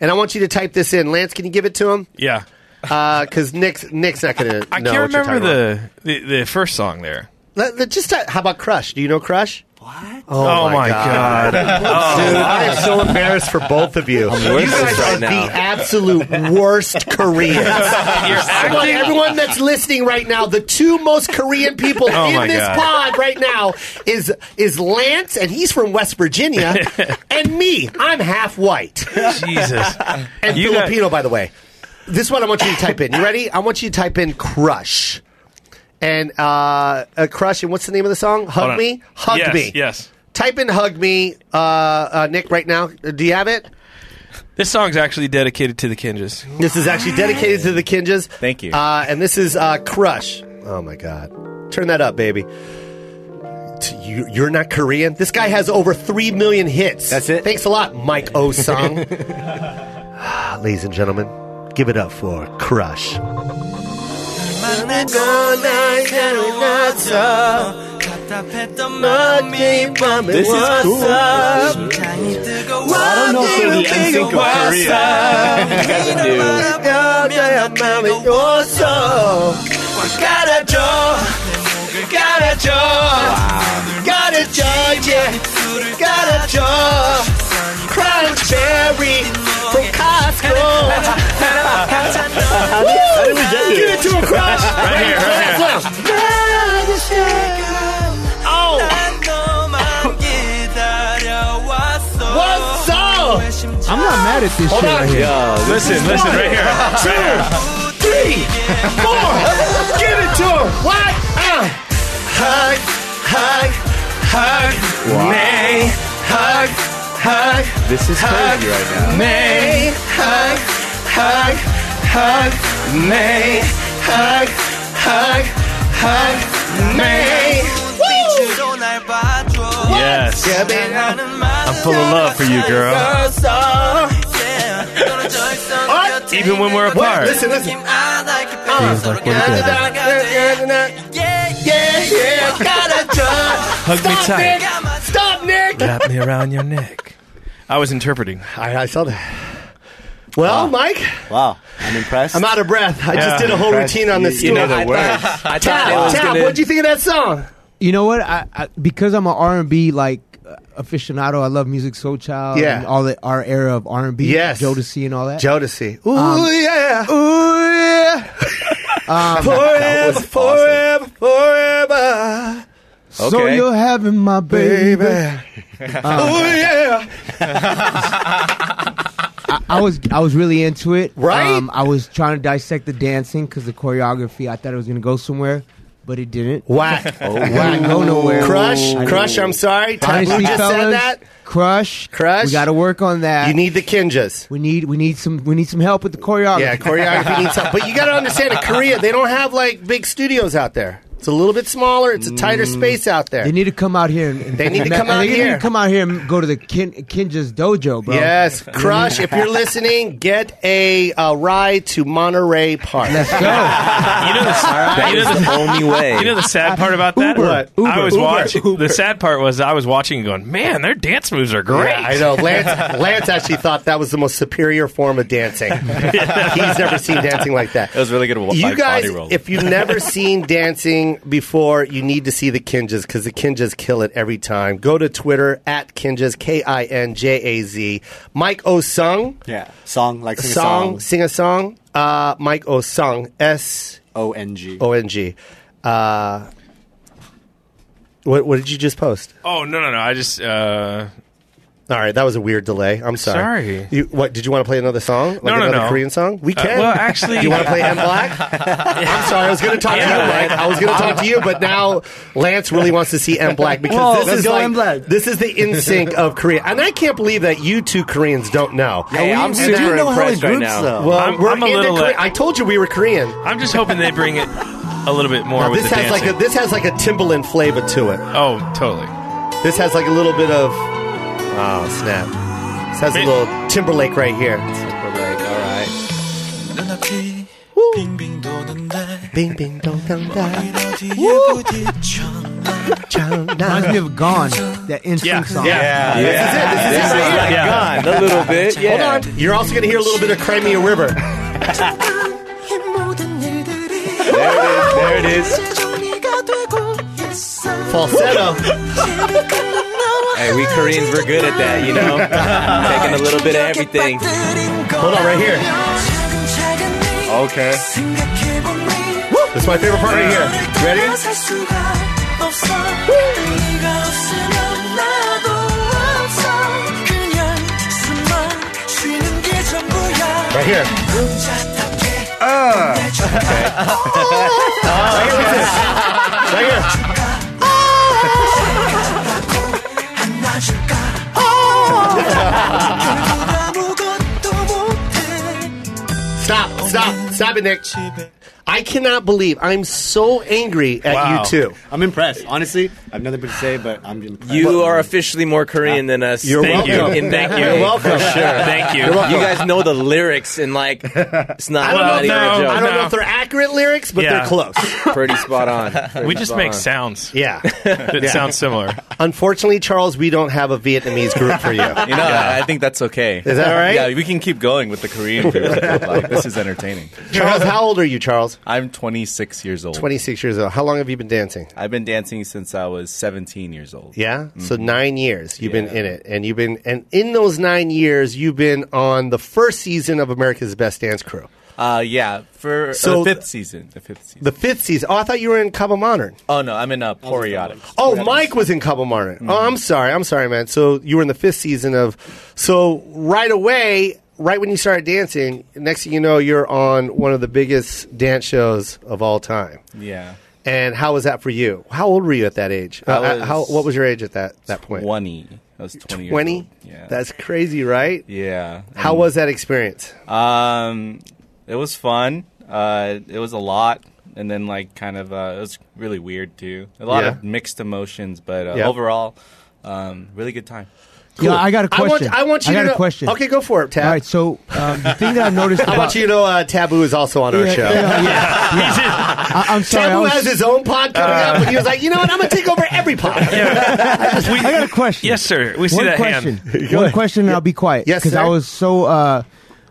Speaker 2: And I want you to type this in. Lance, can you give it to him?
Speaker 3: yeah.
Speaker 2: Because Nick's Nick's not going to.
Speaker 3: I can't remember the, the the first song there.
Speaker 2: Let, let- just type, how about Crush? Do you know Crush? What? Oh,
Speaker 3: Oh,
Speaker 2: my, god. Dude, I am so embarrassed for both of you. you
Speaker 4: worthless
Speaker 2: guys
Speaker 4: right
Speaker 2: are
Speaker 4: now.
Speaker 2: the absolute worst Koreans. I want everyone that's listening right now, the two most Korean people
Speaker 3: Oh
Speaker 2: in
Speaker 3: my
Speaker 2: this
Speaker 3: God.
Speaker 2: pod right now is is Lance, and he's from West Virginia, and me. I'm half white
Speaker 3: Jesus.
Speaker 2: and
Speaker 3: You got-
Speaker 2: Filipino, by the way. This is what I want you to type in. You ready? I want you to type in "crush" and uh, uh, "crush." And what's the name of the song?
Speaker 3: Hold
Speaker 2: "Hug
Speaker 3: on.
Speaker 2: Me." "Hug
Speaker 3: yes,
Speaker 2: Me."
Speaker 3: Yes.
Speaker 2: Type in "hug me," uh, uh, Nick. Right now, do you have it?
Speaker 3: This song's actually dedicated to the Kinjas.
Speaker 2: This is actually dedicated to the Kinjas.
Speaker 6: Thank you.
Speaker 2: Uh, and this is uh, "Crush." Oh my God! Turn that up, baby. T- You, you're not Korean. This guy has over three million hits.
Speaker 7: That's it?
Speaker 2: Thanks a lot, Mike Osung. Ladies and gentlemen, give it up for "Crush."
Speaker 6: This is cool.
Speaker 7: I don't know if they're the NSYNC of Korea.
Speaker 3: Right here, right here.
Speaker 2: What's up?
Speaker 8: I'm not mad at this shit right here.
Speaker 3: Listen, listen, right here. Right here.
Speaker 2: three, four. Give it to him. What? Uh. Hug, hug, hug me. Hug, hug,
Speaker 6: This is crazy right now.
Speaker 2: me. Hug, hug, hug me. Hug, hug, hug me.
Speaker 3: Yes.
Speaker 2: Yeah,
Speaker 3: I'm full of love for you, girl.
Speaker 2: What?
Speaker 3: even when we're apart.
Speaker 2: Listen, listen.
Speaker 9: Feels like we're
Speaker 3: Hug me tight.
Speaker 2: Stop, Nick.
Speaker 3: Wrap me around your neck. I was interpreting.
Speaker 2: I, I saw that. Well, Mike,
Speaker 7: Wow, I'm impressed.
Speaker 2: Ah. I'm out of breath. I
Speaker 3: Yeah.
Speaker 2: just did a whole routine on this.
Speaker 7: You know
Speaker 2: stool.
Speaker 7: the words.
Speaker 4: I thought it
Speaker 2: Tap,
Speaker 4: was
Speaker 2: tap.
Speaker 4: gonna-
Speaker 2: What'd you think of that song?
Speaker 9: You know what? I, I because I'm an R&B like uh, aficionado. I love music, soul child,
Speaker 2: Yeah.
Speaker 9: and all the our era of R&B,
Speaker 2: Yes.
Speaker 9: Jodeci, and all that.
Speaker 2: Jodeci. Ooh
Speaker 9: Um,
Speaker 2: yeah. Ooh yeah.
Speaker 6: That
Speaker 2: Um, forever,
Speaker 6: was
Speaker 2: forever, forever,
Speaker 9: So
Speaker 4: Okay.
Speaker 9: you're having my baby.
Speaker 2: baby. Um, Ooh yeah.
Speaker 9: I was I was really into it. Um,
Speaker 2: Right?
Speaker 9: I was trying to dissect the dancing because the choreography. I thought it was gonna go somewhere, but it didn't.
Speaker 2: Whack.
Speaker 9: Whack. Go nowhere.
Speaker 2: Crush,
Speaker 9: I know.
Speaker 2: crush. I'm sorry. Taboo
Speaker 9: Honestly,
Speaker 2: just said
Speaker 9: fellas,
Speaker 2: that.
Speaker 9: Crush.
Speaker 2: Crush.
Speaker 9: We got to work on that.
Speaker 2: You need the Kinjas.
Speaker 9: we need we need some we need some help with the choreography.
Speaker 2: Yeah, choreography needs help. But you got to understand, in Korea, they don't have like big studios out there. It's a little bit smaller. It's a tighter space out there.
Speaker 9: Mm. They need to come out here and, and
Speaker 2: They need to
Speaker 9: and
Speaker 2: come out
Speaker 9: they
Speaker 2: here.
Speaker 9: Need to come out here and go to the Kin, Kinja's dojo, bro.
Speaker 2: Yes, Crush. If you're listening, get a, uh ride to Monterey Park.
Speaker 9: Let's go.
Speaker 3: You know the, you know
Speaker 4: is the only way.
Speaker 3: You know the sad part about that?
Speaker 9: Uber,
Speaker 3: What?
Speaker 9: Uber,
Speaker 3: I was
Speaker 9: Uber,
Speaker 3: watching.
Speaker 9: Uber.
Speaker 3: The sad part was I was watching and going, man, their dance moves are great.
Speaker 2: Yeah, I know. Lance, Lance actually thought that was the most superior form of dancing. He's never seen dancing like that.
Speaker 6: It was really good. wa-
Speaker 2: You
Speaker 6: like,
Speaker 2: guys,
Speaker 6: body roll.
Speaker 2: if you've never seen dancing before, you need to see the Kinjas because the Kinjas kill it every time. Go to Twitter at Kinjas, K I N J A Z. Mike Osung,
Speaker 7: yeah, song like sing
Speaker 2: song,
Speaker 7: a song.
Speaker 2: sing a song. Uh, Mike Osung, S
Speaker 7: O N G.
Speaker 2: O N G. Uh, what, what did you just post?
Speaker 3: Oh, no, no, no. I just. Uh,
Speaker 2: All right, that was a weird delay. I'm sorry.
Speaker 3: Sorry.
Speaker 2: You, what did you want to play another song? Like
Speaker 3: No, no,
Speaker 2: another
Speaker 3: no.
Speaker 2: Korean song? We
Speaker 3: Uh,
Speaker 2: can.
Speaker 3: well, actually-
Speaker 2: do you want to play M Black? I'm sorry, I was going to talk to you, Mike. I was going to talk to you, but now Lance really wants to see M Black because
Speaker 9: Whoa,
Speaker 2: this
Speaker 9: let's
Speaker 2: is
Speaker 9: go
Speaker 2: like
Speaker 9: M Black.
Speaker 2: this is the in sync of Korea, and I can't believe that you two Koreans don't know.
Speaker 4: Hey, I'm
Speaker 7: We do
Speaker 4: super
Speaker 7: know how
Speaker 4: impressed
Speaker 7: it
Speaker 4: right
Speaker 7: groups
Speaker 4: now.
Speaker 7: though.
Speaker 2: Well,
Speaker 3: I'm-
Speaker 2: we're
Speaker 3: I'm a
Speaker 2: into
Speaker 3: little,
Speaker 2: Korea.
Speaker 3: uh,
Speaker 2: I told you we were Korean.
Speaker 3: I'm just hoping they bring it a little bit more
Speaker 2: Now,
Speaker 3: with
Speaker 2: this
Speaker 3: the
Speaker 2: has
Speaker 3: dancing.
Speaker 2: like a this has like a Timbaland flavor to it.
Speaker 3: oh, totally.
Speaker 2: This has like a little bit of oh snap. This has a
Speaker 3: It-
Speaker 2: little Timberlake right here.
Speaker 4: We're like, all right.
Speaker 2: Bing bing dong dong da.
Speaker 9: Reminds me of Gone, that instinct
Speaker 3: Yeah.
Speaker 9: song.
Speaker 2: Yeah. This is it. This
Speaker 4: This
Speaker 2: is
Speaker 4: is
Speaker 2: it right here.
Speaker 4: like
Speaker 3: Yeah.
Speaker 4: gone a little bit. Yeah.
Speaker 2: Hold on. You're also going to hear a little bit of Crimea River.
Speaker 4: There it is.
Speaker 2: Falsetto.
Speaker 4: Hey, we Koreans, we're good at that, you know? Taking a little bit of everything.
Speaker 2: Hold on right here.
Speaker 9: Okay.
Speaker 2: That's my favorite part right here. Ready? Right here. 아. Right here. Stop. Stop. Stop it, Nick. I cannot believe I'm so angry at
Speaker 3: Wow.
Speaker 2: you two.
Speaker 7: I'm impressed. Honestly, I've nothing but to say, but I'm impressed.
Speaker 4: You are officially more Korean than us.
Speaker 2: You're
Speaker 4: Thank you.
Speaker 2: welcome.
Speaker 4: In that
Speaker 2: You're
Speaker 4: way.
Speaker 2: welcome.
Speaker 3: Thank you.
Speaker 4: You guys know the lyrics, and like, it's not,
Speaker 2: I don't,
Speaker 4: not
Speaker 2: know, if
Speaker 4: even
Speaker 2: they're-
Speaker 4: a
Speaker 2: I
Speaker 4: joke.
Speaker 2: don't know
Speaker 3: No.
Speaker 2: if they're accurate lyrics, but
Speaker 3: Yeah.
Speaker 2: they're close.
Speaker 4: Pretty spot on.
Speaker 3: we
Speaker 4: Pretty
Speaker 3: just
Speaker 4: spot
Speaker 3: make
Speaker 4: on.
Speaker 3: sounds
Speaker 2: Yeah.
Speaker 3: that sound similar.
Speaker 2: Unfortunately, Charles, we don't have a Vietnamese group for you.
Speaker 6: You know, I I think that's okay.
Speaker 2: Is that all right?
Speaker 6: Yeah, we can keep going with the Korean people. like, this is entertaining.
Speaker 2: Charles, how old are you, Charles?
Speaker 6: I'm 26 years old.
Speaker 2: 26 years old. How long have you been dancing?
Speaker 6: I've been dancing since I was 17 years old.
Speaker 2: Yeah. So nine years you've been in it, and you've been, and in those nine years, you've been on the first season of America's Best Dance Crew,
Speaker 6: Uh, yeah, for
Speaker 2: So-
Speaker 6: the fifth season. The fifth season.
Speaker 2: the fifth season. Oh, I thought you were in Cabo Modern.
Speaker 6: oh no, I'm in a periodic.
Speaker 2: Oh, Mike was in Cabo Modern. Oh, I'm sorry. I'm sorry, man. So you were in the fifth season of. So right away, right when you started dancing, next thing you know, you're on one of the biggest dance shows of all time.
Speaker 6: Yeah,
Speaker 2: And how was that for you? How old were you at that age?
Speaker 6: I
Speaker 2: Uh, uh,
Speaker 6: was
Speaker 2: how what was your age at that that point?
Speaker 6: 20. I was 20. years
Speaker 2: Twenty.
Speaker 6: old. Yeah.
Speaker 2: That's crazy, right?
Speaker 6: yeah.
Speaker 2: How was that experience?
Speaker 6: Um, it was fun. Uh, it was a lot, and then like kind of uh, it was really weird too. A lot
Speaker 2: Yeah.
Speaker 6: of mixed emotions, but uh,
Speaker 2: Yeah.
Speaker 6: overall, Um, really good time.
Speaker 9: Yeah, I got a
Speaker 2: I
Speaker 9: question.
Speaker 2: want, I want you
Speaker 9: got
Speaker 2: to
Speaker 9: a
Speaker 2: know-
Speaker 9: question.
Speaker 2: Okay, go for it, Tab.
Speaker 9: All right. So um, the thing that I've noticed.
Speaker 2: I want
Speaker 9: about,
Speaker 2: you to know uh, Taboo is also on our
Speaker 9: Yeah,
Speaker 2: show.
Speaker 9: yeah, I, I'm sorry. I
Speaker 2: Taboo
Speaker 9: was- Uh,
Speaker 2: has his own pod coming up, and he was like, you know what? I'm going to take over every pod.
Speaker 9: I got a question.
Speaker 3: Yes, sir. We see
Speaker 9: One
Speaker 3: that
Speaker 9: question.
Speaker 3: hand.
Speaker 9: One question, and I'll be quiet.
Speaker 2: Yes,
Speaker 9: because
Speaker 2: sir.
Speaker 9: I was so. Uh,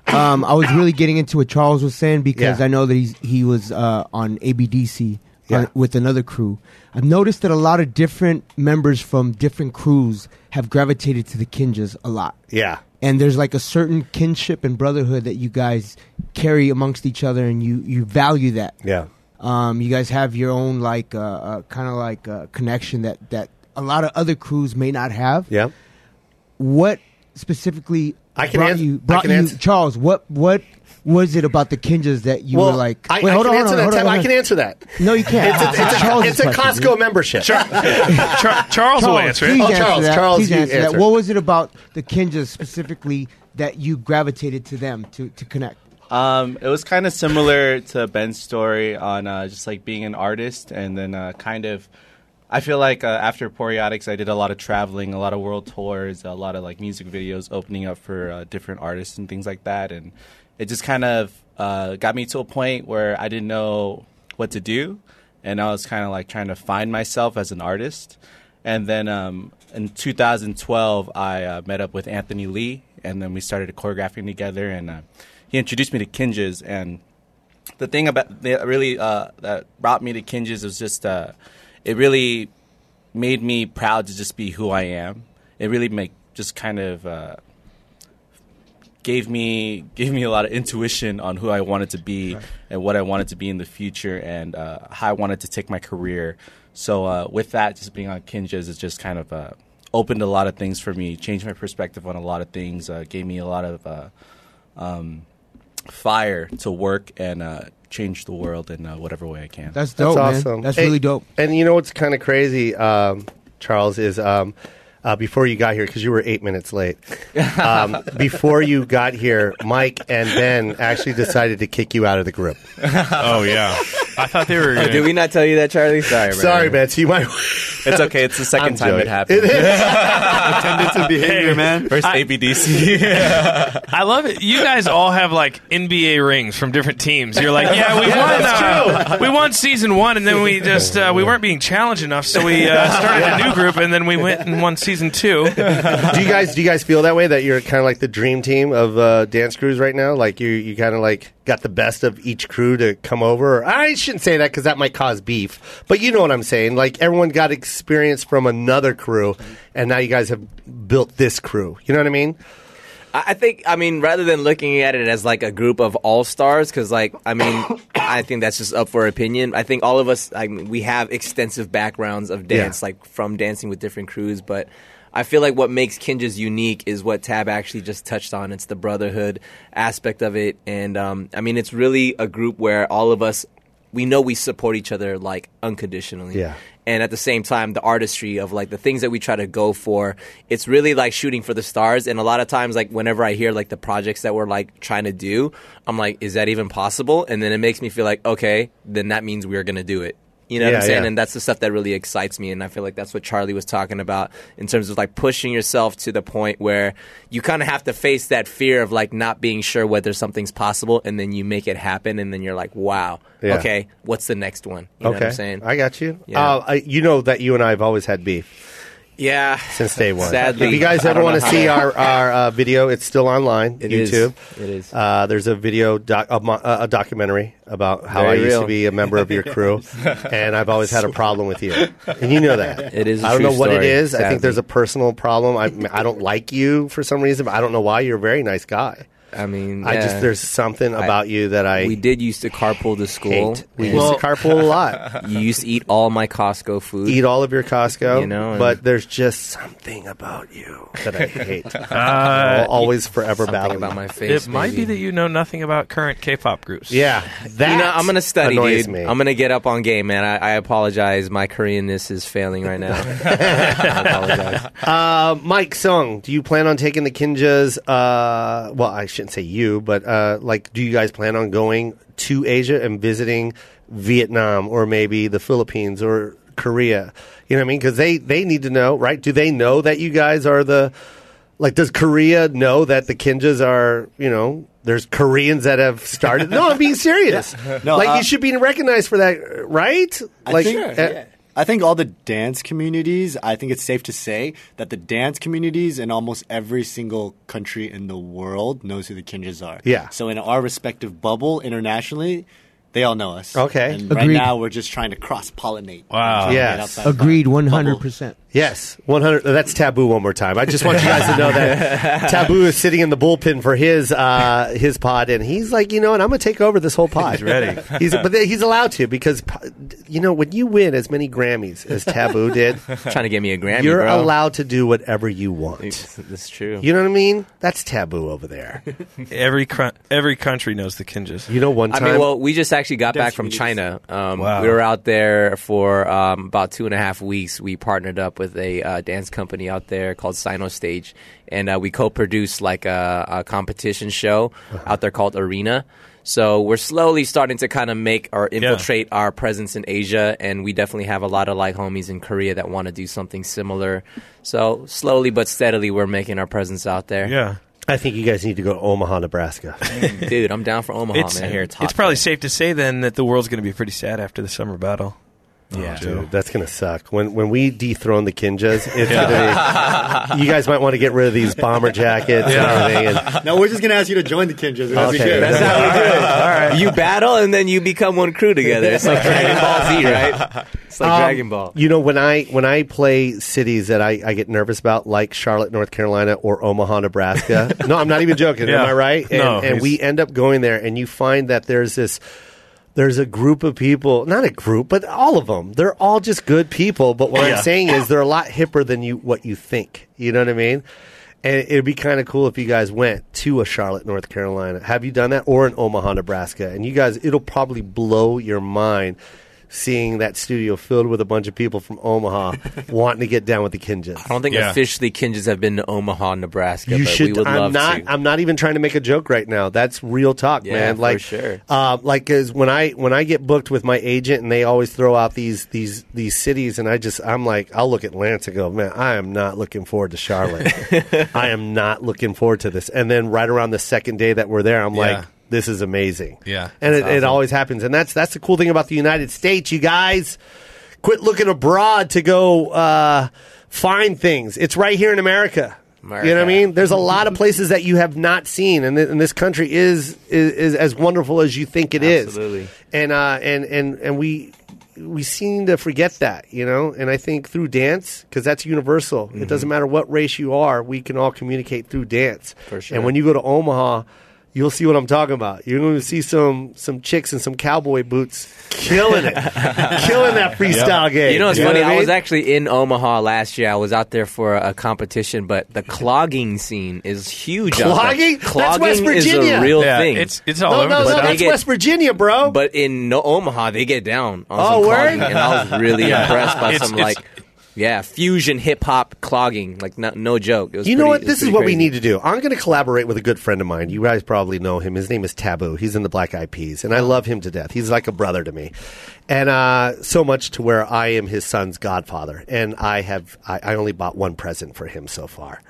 Speaker 9: um, I was really getting into what Charles was saying because
Speaker 2: Yeah.
Speaker 9: I know that he's, he was uh, on ABDC uh,
Speaker 2: Yeah.
Speaker 9: with another crew. I've noticed that a lot of different members from different crews have gravitated to the Kinjas a lot.
Speaker 2: yeah.
Speaker 9: And there's like a certain kinship and brotherhood that you guys carry amongst each other, and you, you value that.
Speaker 2: Yeah.
Speaker 9: Um, you guys have your own like uh, uh, kind of like uh, connection that that a lot of other crews may not have.
Speaker 2: Yeah.
Speaker 9: What specifically
Speaker 2: I can
Speaker 9: brought
Speaker 2: ans- I
Speaker 9: you brought
Speaker 2: can
Speaker 9: you
Speaker 2: ans-
Speaker 9: Charles? What what was it about the Kinjas that you
Speaker 2: Well,
Speaker 9: were like?
Speaker 2: I,
Speaker 9: Wait,
Speaker 2: I
Speaker 9: hold
Speaker 2: can
Speaker 9: on,
Speaker 2: answer
Speaker 9: hold on,
Speaker 2: that,
Speaker 9: hold
Speaker 2: Tab.
Speaker 9: on,
Speaker 2: I can
Speaker 9: hold
Speaker 2: answer that.
Speaker 9: on. No, you can't.
Speaker 2: It's a, it's a,
Speaker 9: Charles's
Speaker 2: it's a
Speaker 9: question, dude.
Speaker 2: Costco membership.
Speaker 3: Char- Charles, will
Speaker 9: Charles,
Speaker 3: answer
Speaker 9: please
Speaker 3: it.
Speaker 2: Oh,
Speaker 9: answer
Speaker 2: Charles,
Speaker 9: that.
Speaker 2: Charles,
Speaker 9: please
Speaker 2: you
Speaker 9: answer
Speaker 2: answer.
Speaker 9: that. What was it about the Kinjas specifically that you gravitated to them to, to connect?
Speaker 6: Um, it was kind of similar to Ben's story on uh, just like being an artist, and then uh, kind of. I feel like uh, after Poriotics, I did a lot of traveling, a lot of world tours, a lot of like music videos, opening up for uh, different artists and things like that, and it just kind of uh, got me to a point where I didn't know what to do, and I was kind of like trying to find myself as an artist. And then um, in 2012, I uh, met up with Anthony Lee, and then we started choreographing together. And uh, he introduced me to Kinjas, and the thing about that really uh, that brought me to Kinjas was just uh, it really made me proud to just be who I am. It really make just kind of uh, gave me gave me a lot of intuition on who I wanted to be and what I wanted to be in the future and uh, how I wanted to take my career. So uh, with that, just being on Kinjas is just kind of uh, opened a lot of things for me, changed my perspective on a lot of things, uh, gave me a lot of uh, um, fire to work and uh, change the world in uh, whatever way I can.
Speaker 9: That's dope,
Speaker 2: That's
Speaker 9: man.
Speaker 2: awesome.
Speaker 9: That's
Speaker 2: Hey,
Speaker 9: really dope.
Speaker 2: And you know what's kind of crazy, um, Charles, is um, uh, before you got here, because you were eight minutes late, um, before you got here, Mike and Ben actually decided to kick you out of the group.
Speaker 3: Oh yeah, I thought they were.
Speaker 4: Did we not tell you that, Charlie? Sorry, man.
Speaker 2: Sorry, Ben. So you might.
Speaker 6: it's okay. It's the 2nd
Speaker 2: I'm
Speaker 6: time
Speaker 2: joking.
Speaker 6: it happened.
Speaker 7: Attendance and behavior, man.
Speaker 6: First ABDC.
Speaker 3: I love it. You guys all have like NBA rings from different teams. You're like, yeah, we won. Uh, we won season one, and then we just uh, we weren't being challenged enough, so we uh, started a new group, and then we went and won season two.
Speaker 2: do you guys do you guys feel that way that you're kind of like the dream team of uh, dance crews right now? Like you you kind of like got the best of each crew to come over. I shouldn't say that because that might cause beef, but you know what I'm saying. Like everyone got experience from another crew, and now you guys have built this crew. You know what I mean?
Speaker 4: I I think I mean rather than looking at it as like a group of all stars because like I mean I think that's just up for opinion. I think all of us I mean, we have extensive backgrounds of dance
Speaker 2: Yeah.
Speaker 4: like from dancing with different crews, but I feel like what makes Kinjas unique is what Tab actually just touched on. It's the brotherhood aspect of it, and um, I mean it's really a group where all of us we know we support each other like unconditionally
Speaker 2: Yeah.
Speaker 4: and at the same time the artistry of like the things that we try to go for it's really like shooting for the stars and a lot of times like whenever i hear like the projects that we're like trying to do i'm like is that even possible and then it makes me feel like okay then that means we're going to do it you know
Speaker 2: Yeah,
Speaker 4: what i'm saying
Speaker 2: yeah.
Speaker 4: and that's the stuff that really excites me and i feel like that's what charlie was talking about in terms of like pushing yourself to the point where you kind of have to face that fear of like not being sure whether something's possible and then you make it happen and then you're like wow
Speaker 2: Yeah.
Speaker 4: okay what's the next one you know what i'm saying
Speaker 2: I got you.
Speaker 4: Yeah.
Speaker 2: Uh, I, you know that you and I have always had beef
Speaker 4: yeah
Speaker 2: since day one.
Speaker 4: Sadly,
Speaker 2: if you guys
Speaker 4: I
Speaker 2: ever
Speaker 4: don't
Speaker 2: want
Speaker 4: know
Speaker 2: to
Speaker 4: how
Speaker 2: see
Speaker 4: to-
Speaker 2: our our uh, video, it's still online.
Speaker 4: It is.
Speaker 2: YouTube.
Speaker 4: It is.
Speaker 2: Uh, there's a video, doc, a, mo- uh, a documentary about how
Speaker 4: Very
Speaker 2: I used to
Speaker 4: real.
Speaker 2: be a member of your crew, and I've always had a problem with you, and you know that.
Speaker 4: It is a
Speaker 2: I don't
Speaker 4: true
Speaker 2: know what it
Speaker 4: story,
Speaker 2: is. I think
Speaker 4: sadly.
Speaker 2: there's a personal problem. I I don't like you for some reason, but I don't know why. You're a very nice guy.
Speaker 4: I mean,
Speaker 2: I
Speaker 4: yeah.
Speaker 2: just there's something about you that I
Speaker 4: we did used to carpool to school.
Speaker 2: hate. We
Speaker 4: and
Speaker 2: used to carpool a lot.
Speaker 4: you used to eat all my Costco food.
Speaker 2: Eat all of your Costco,
Speaker 4: You know, and-
Speaker 2: but there's just something about you that I hate. I'll always forever
Speaker 4: Something
Speaker 2: battle
Speaker 4: about
Speaker 2: you.
Speaker 4: my face.
Speaker 3: It might be
Speaker 4: maybe.
Speaker 3: that you know nothing about current K-pop groups.
Speaker 2: Yeah, that
Speaker 4: You know, I'm gonna study,
Speaker 2: annoys
Speaker 4: dude.
Speaker 2: me.
Speaker 4: I'm gonna get up on game, man. I, I apologize. My Koreanness is failing right now. I apologize.
Speaker 2: Uh, Mike Sung, do you plan on taking the Kinjas? Uh, well, I shouldn't say you, but uh, like, do you guys plan on going to Asia and visiting Vietnam or maybe the Philippines or Korea? You know what I mean? Because they they need to know, right? Do they know that you guys are the like? Does Korea know that the Kinjas are you know? There's Koreans that have started. No, I'm being serious.
Speaker 7: No,
Speaker 2: like
Speaker 7: uh,
Speaker 2: you should be recognized for that, right? like,
Speaker 7: think-
Speaker 2: uh,
Speaker 7: I think all the dance communities, I think it's safe to say that the dance communities in almost every single country in the world knows who the Kinjas are.
Speaker 2: Yeah.
Speaker 7: So in our respective bubble internationally, they all know us.
Speaker 2: Okay.
Speaker 7: And right
Speaker 9: Agreed.
Speaker 7: now we're just trying to cross pollinate.
Speaker 3: Wow.
Speaker 2: Yes.
Speaker 9: Agreed, one hundred percent.
Speaker 2: Yes, 100. That's taboo. One more time. I just want you guys to know that taboo is sitting in the bullpen for his uh, his pod, and he's like, you know, and I'm going to take over this whole pod. He's ready. He's, but then he's allowed to because, you know, when you win as many Grammys as Taboo did,
Speaker 4: Trying to get me a Grammy,
Speaker 2: you're
Speaker 4: bro.
Speaker 2: allowed to do whatever you want.
Speaker 4: It's- That's true.
Speaker 2: You know what I mean? That's taboo over there.
Speaker 3: Every cr- every country knows the Kinjas.
Speaker 2: You know, one time.
Speaker 4: I mean, well, we just actually got back from China. Um, We were out there for um, about two and a half weeks. We partnered up with a uh, dance company out there called Sino Stage, and uh, we co-produced like a, a competition show
Speaker 3: Uh-huh.
Speaker 4: out there called Arena. So we're slowly starting to kind of make or infiltrate our presence in Asia, and we definitely have a lot of like homies in Korea that want to do something similar. So slowly but steadily, we're making our presence out there.
Speaker 3: Yeah.
Speaker 2: I think you guys need to go to Omaha, Nebraska.
Speaker 4: dude, I'm down for Omaha,
Speaker 3: It's,
Speaker 4: man.
Speaker 3: it's probably safe to say then that the world's going to be pretty sad after the summer battle.
Speaker 2: Yeah, dude, that's gonna suck. When when we dethrone the Kinjas, it's gonna be. You guys might want to get rid of these bomber jackets and everything. And,
Speaker 7: No, we're just gonna ask you to join the Kinjas. That's
Speaker 2: Okay.
Speaker 7: good.
Speaker 2: That's
Speaker 4: how we do it. You battle and then you become one crew together. It's like Dragon Ball Z, right? It's like
Speaker 2: Um,
Speaker 4: Dragon Ball.
Speaker 2: You know, when I when I play cities that I, I get nervous about, like Charlotte, North Carolina, or Omaha, Nebraska. no, I'm not even joking.
Speaker 3: Yeah.
Speaker 2: Am I right? And,
Speaker 3: No,
Speaker 2: and
Speaker 3: he's-
Speaker 2: we end up going there, and you find that there's this. There's a group of people, not a group, but all of them. They're all just good people. But what
Speaker 3: Yeah.
Speaker 2: I'm saying is, they're a lot hipper than you what you think. You know what I mean? And it'd be kind of cool if you guys went to a Charlotte, North Carolina. Have you done that, or an Omaha, Nebraska? And you guys, it'll probably blow your mind seeing that studio filled with a bunch of people from Omaha wanting to get down with the Kinjas.
Speaker 4: I don't think
Speaker 3: Yeah.
Speaker 4: officially Kinjas have been to Omaha, Nebraska,
Speaker 2: You
Speaker 4: but
Speaker 2: should.
Speaker 4: we would
Speaker 2: I'm
Speaker 4: love
Speaker 2: not.
Speaker 4: to.
Speaker 2: I'm not even trying to make a joke right now. That's real talk,
Speaker 4: Yeah,
Speaker 2: man.
Speaker 4: for
Speaker 2: Like,
Speaker 4: sure.
Speaker 2: uh, like 'cause when I when I get booked with my agent, and they always throw out these these these cities, and I just I'm like, I'll look at Lance and go, man, I am not looking forward to Charlotte. I am not looking forward to this. And then right around the second day that we're there, I'm
Speaker 3: Yeah.
Speaker 2: like. This is amazing.
Speaker 3: Yeah,
Speaker 2: and it,
Speaker 3: that's
Speaker 2: it always happens, and that's that's the cool thing about the United States, you guys quit looking abroad to go uh, find things. It's right here in America. You know what I
Speaker 4: America.
Speaker 2: mean? There's a lot of places that you have not seen, and, th- and this country is, is is as wonderful as you think it is.
Speaker 4: Absolutely.
Speaker 2: And uh, and and and we we seem to forget that, you know. And I think through dance, because that's universal. It doesn't
Speaker 4: Mm-hmm.
Speaker 2: matter what race you are, we can all communicate through dance.
Speaker 4: For sure.
Speaker 2: And when you go to Omaha. You'll see what I'm talking about. You're going to see some some chicks in some cowboy boots killing it, killing that freestyle game.
Speaker 4: You know, it's
Speaker 2: what
Speaker 4: funny.
Speaker 2: I
Speaker 4: I, was
Speaker 2: mean?
Speaker 4: actually in Omaha last year. I was out there for a competition, but the clogging scene is huge. out there.
Speaker 2: Clogging? That's
Speaker 4: Clogging
Speaker 2: West
Speaker 4: is
Speaker 2: Virginia.
Speaker 4: a real
Speaker 3: Yeah,
Speaker 4: thing.
Speaker 3: it's it's all
Speaker 2: no,
Speaker 3: over
Speaker 2: no,
Speaker 3: the
Speaker 2: no,
Speaker 3: place.
Speaker 4: But they
Speaker 2: that's
Speaker 4: get-
Speaker 2: West Virginia, bro.
Speaker 4: But in no, Omaha, they get down on
Speaker 2: Oh,
Speaker 4: some
Speaker 2: word?
Speaker 4: clogging, and I was really impressed by
Speaker 3: It's-
Speaker 4: some
Speaker 3: it's-
Speaker 4: like, yeah, fusion hip hop clogging. Like, no, no joke. It was
Speaker 2: you know
Speaker 4: pretty-
Speaker 2: what?
Speaker 4: it was
Speaker 2: This is
Speaker 4: pretty
Speaker 2: what we
Speaker 4: crazy.
Speaker 2: need to do. I'm going to collaborate with a good friend of mine. You guys probably know him. His name is Taboo. He's in the Black Eyed Peas, and I love him to death. He's like a brother to me, and uh, so much to where I am his son's godfather. And I have I, I only bought one present for him so far.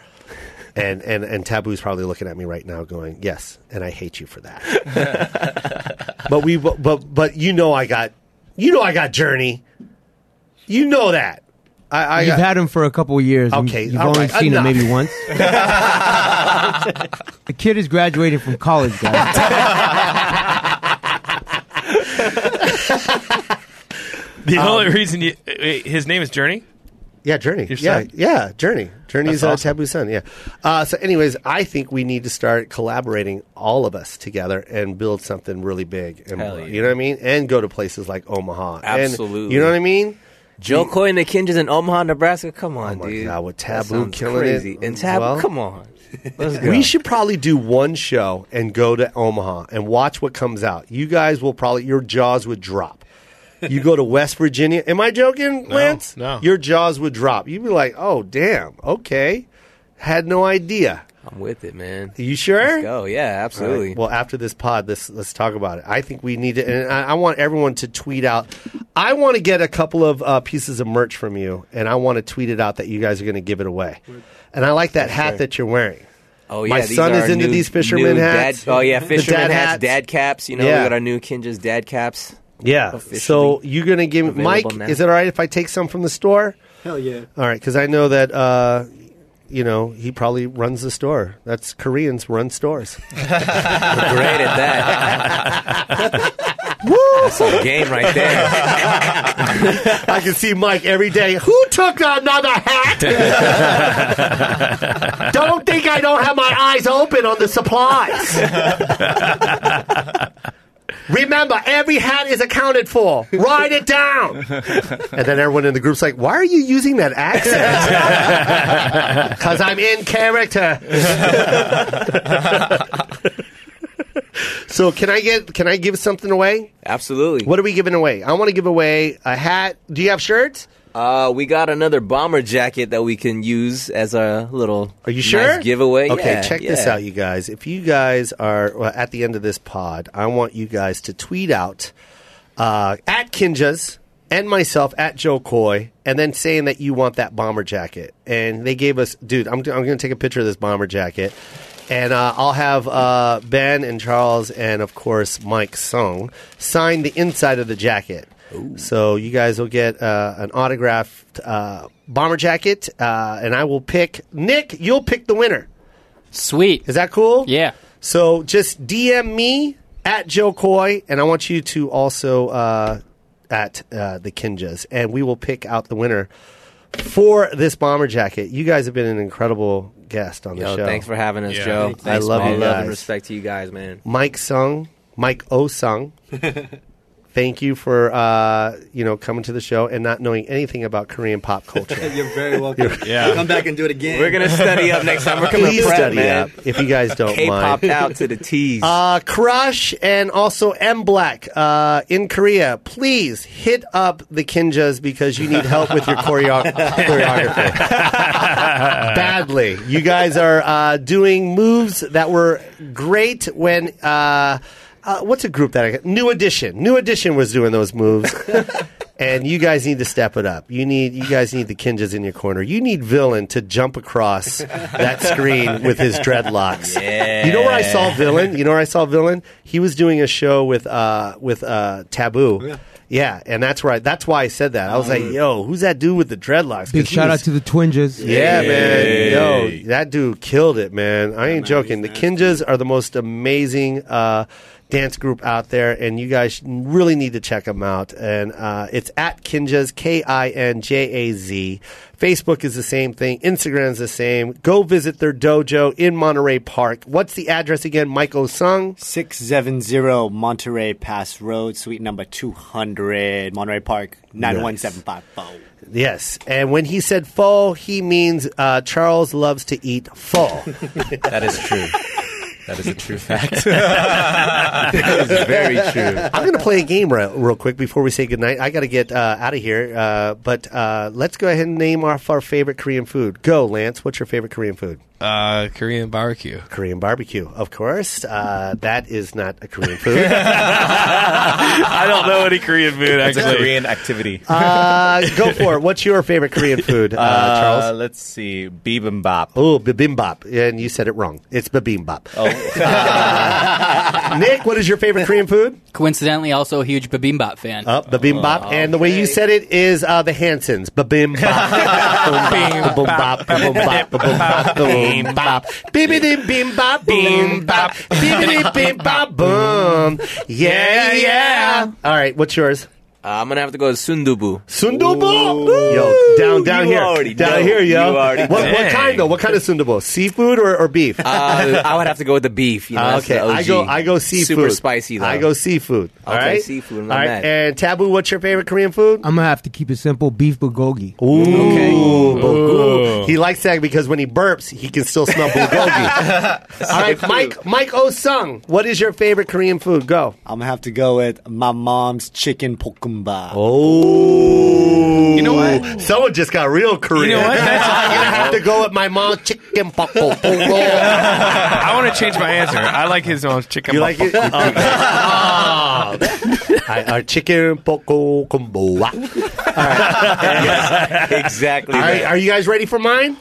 Speaker 2: And, and and Taboo's probably looking at me right now, going, "Yes," and I hate you for that. but we but but- but you know I got you know I got Journey. You know that. I, I
Speaker 9: You've
Speaker 2: got,
Speaker 9: had him for a couple of years. and
Speaker 2: Okay,
Speaker 9: you've
Speaker 2: all
Speaker 9: only
Speaker 2: right,
Speaker 9: seen
Speaker 2: enough.
Speaker 9: him maybe once. the kid is graduating from college, guys.
Speaker 3: The only reason you, wait, his name is Journey.
Speaker 2: Yeah, Journey.
Speaker 3: Your
Speaker 2: yeah,
Speaker 3: son.
Speaker 2: yeah, Journey. Journey's
Speaker 3: That's
Speaker 2: uh,
Speaker 3: awesome.
Speaker 2: Taboo's son. Yeah. Uh, so, anyways, I think we need to start collaborating, all of us together, and build something really big. And,
Speaker 4: Hell yeah.
Speaker 2: You know what I mean? And go to places like Omaha. And-
Speaker 4: Absolutely.
Speaker 2: you know what I mean?
Speaker 4: Joe Coy and the Kinjas in Omaha, Nebraska. Come on,
Speaker 2: Oh my
Speaker 4: dude.
Speaker 2: God, with
Speaker 4: That
Speaker 2: Taboo
Speaker 4: sounds
Speaker 2: killing it
Speaker 4: crazy. And
Speaker 2: as
Speaker 4: Taboo,
Speaker 2: well.
Speaker 4: come on. Let's go.
Speaker 2: We should probably do one show and go to Omaha and watch what comes out. You guys will probably your jaws would drop. You go to West Virginia. Am I joking, Lance?
Speaker 3: no.
Speaker 2: Your jaws would drop. You'd be like, "Oh, damn. Okay, had no idea."
Speaker 4: I'm with it, man.
Speaker 2: You sure?
Speaker 4: Let's go. Yeah, absolutely.
Speaker 2: All right. Well, after this pod, let's let's talk about it. I think we need to, and I, I want everyone to tweet out. I want to get a couple of uh, pieces of merch from you, and I want to tweet it out that you guys are going to give it away. And I like that hat that you're wearing.
Speaker 4: Oh
Speaker 2: My
Speaker 4: yeah, these
Speaker 2: son
Speaker 4: are
Speaker 2: is
Speaker 4: our
Speaker 2: into
Speaker 4: new-
Speaker 2: these fisherman
Speaker 4: new
Speaker 2: hats.
Speaker 4: Dad, oh yeah,
Speaker 2: The
Speaker 4: fisherman
Speaker 2: dad
Speaker 4: hats,
Speaker 2: hats.
Speaker 4: dad caps. You know,
Speaker 2: Yeah.
Speaker 4: we got our new Kinja's dad caps.
Speaker 2: Yeah. So
Speaker 4: Officially
Speaker 2: you're going to give
Speaker 4: available
Speaker 2: Mike.
Speaker 4: now.
Speaker 2: Is it all right if I take some from the store?
Speaker 7: Hell yeah.
Speaker 2: All right, because I know that uh, you know he probably runs the store. That's Koreans run stores.
Speaker 4: We're great at that. That's a game right there.
Speaker 2: I can see Mike every day. Who took another hat? don't think I don't have my eyes open on the supplies. Remember, every hat is accounted for. Write it down. And then everyone in the group's like, why are you using that accent? Because I'm in character. so can I get can I give something away?
Speaker 4: Absolutely.
Speaker 2: What are we giving away? I want to give away a hat. Do you have shirts?
Speaker 4: Uh, we got another bomber jacket that we can use as a little.
Speaker 2: Are you
Speaker 4: nice
Speaker 2: sure?
Speaker 4: giveaway.
Speaker 2: Okay,
Speaker 4: Yeah,
Speaker 2: check this
Speaker 4: yeah.
Speaker 2: out, you guys. If you guys are well, at the end of this pod, I want you guys to tweet out uh, at Kinjas and myself at Joe Coy, and then saying that you want that bomber jacket. And they gave us, dude, I'm, I'm going to take a picture of this bomber jacket. And uh, I'll have uh, Ben and Charles and, of course, Mike Sung sign the inside of the jacket. So you guys will get uh, an autographed uh, bomber jacket, uh, and I will pick Nick. You'll pick the winner.
Speaker 5: Sweet.
Speaker 2: Is that cool?
Speaker 5: Yeah.
Speaker 2: So just DM me at Joe Coy, and I want you to also uh, at uh, the Kinjas, and we will pick out the winner for this bomber jacket. You guys have been an incredible guest on the
Speaker 4: Yo,
Speaker 2: show.
Speaker 4: thanks for having us,
Speaker 3: Yeah.
Speaker 4: Joe.
Speaker 2: I love
Speaker 4: All
Speaker 2: you
Speaker 4: love
Speaker 2: guys.
Speaker 4: and respect to you guys, man.
Speaker 2: Mike Sung, Mike O Sung. Thank you for uh, you know coming to the show and not knowing anything about Korean pop culture.
Speaker 7: You're very welcome.
Speaker 3: Yeah.
Speaker 7: Come back and do it again.
Speaker 4: We're gonna study up next time. We're coming
Speaker 2: Please
Speaker 4: to prep,
Speaker 2: study
Speaker 4: man.
Speaker 2: up if you guys don't mind.
Speaker 4: K-pop out to the T's.
Speaker 2: Uh, Crush and also M Black uh, in Korea. Please hit up the Kinjas because you need help with your choreo- choreography. Badly. You guys are uh, doing moves that were great when. Uh, uh, what's a group that I New Edition. New Edition was doing those moves. And you guys need to step it up. You need you guys need the Kinjas in your corner. You need Villain to jump across that screen with his dreadlocks. You know where I saw Villain? You know where I saw Villain? He was doing a show with uh with uh
Speaker 9: Oh,
Speaker 2: Taboo. Yeah. and that's where I, that's why I said that. I was like, "Yo, who's that dude with the dreadlocks?" 'Cause
Speaker 9: Mm. Big
Speaker 2: he
Speaker 9: shout
Speaker 2: was-
Speaker 9: out to the Twinges.
Speaker 2: yeah, man. Yo, that dude killed it, man. I ain't joking. The Kinjas are the most amazing uh, dance group out there, and you guys really need to check them out. And uh, it's at Kinjas, K I N J A Z. Facebook is the same thing, Instagram's the same. Go visit their dojo in Monterey Park. What's the address again? Michael Sung.
Speaker 7: 670 Monterey Pass Road, suite number 200, Monterey Park, 91754.
Speaker 2: Yes. And when he said pho, he means uh, Charles loves to eat pho.
Speaker 4: that is true. That is a true fact. that is very true.
Speaker 2: I'm going to play a game real, real quick before we say goodnight. I got to get uh, out of here. Uh, but uh, let's go ahead and name off our favorite Korean food. Go, Lance. What's your favorite Korean food?
Speaker 3: Uh, Korean barbecue.
Speaker 2: Korean barbecue, of course. Uh, that is not a Korean food.
Speaker 3: I don't know any Korean food
Speaker 6: It's a
Speaker 3: actually.
Speaker 6: Korean activity.
Speaker 2: uh, go for it. What's your favorite Korean food, uh,
Speaker 6: Uh,
Speaker 2: Charles?
Speaker 6: let's see, bibimbap.
Speaker 2: Oh, bibimbap. And you said it wrong. It's bibimbap. Uh,
Speaker 6: Oh,
Speaker 2: Nick, what is your favorite Korean food?
Speaker 5: Coincidentally, also a huge Bibimbap fan.
Speaker 2: Uh, bibimbap.
Speaker 4: Oh,
Speaker 2: and the way you said it is uh, the Hansons. Bibimbap. bibimbap. Bibimbap. Bibimbap. Bibimbap. Bibibimbap. Bibimbap. Bibibimbap. Boom. Yeah, yeah. All right, what's yours?
Speaker 4: Uh, I'm gonna have to go with sundubu.
Speaker 2: Sundubu. Yo, down, down
Speaker 4: You
Speaker 2: here.
Speaker 4: already
Speaker 2: down
Speaker 4: know.
Speaker 2: here, yo.
Speaker 4: You already
Speaker 2: what, what
Speaker 3: know.
Speaker 2: kind, though? What kind of sundubu? Seafood or, or beef?
Speaker 4: Uh, I would have to go with the beef. You know, that's
Speaker 2: okay,
Speaker 4: the
Speaker 2: I go.
Speaker 4: OG.
Speaker 2: I go seafood.
Speaker 4: Super spicy though.
Speaker 2: I go seafood. All
Speaker 4: Okay,
Speaker 2: right?
Speaker 4: seafood,
Speaker 2: All
Speaker 4: not
Speaker 2: right,
Speaker 4: bad.
Speaker 2: and taboo. What's your favorite Korean food?
Speaker 9: I'm gonna have to keep it simple. Beef bulgogi.
Speaker 2: Ooh,
Speaker 4: Okay.
Speaker 2: bulgogi. He likes that because when he burps, he can still smell bulgogi. All right, Mike Mike O Sung, what is your favorite Korean food? Go.
Speaker 7: I'm going to have to go with my mom's chicken pokemon. Kumba.
Speaker 2: Oh.
Speaker 3: You know what?
Speaker 2: Someone just got real Korean.
Speaker 3: You know what? That's-
Speaker 2: I'm gonna have to go with my mom chicken buckle.
Speaker 3: I want to change my answer. I like his own chicken.
Speaker 2: You like it?
Speaker 3: buffalo.
Speaker 2: I, our chicken poco combo. All
Speaker 4: exactly.
Speaker 2: right,
Speaker 4: that.
Speaker 2: are you guys ready for mine?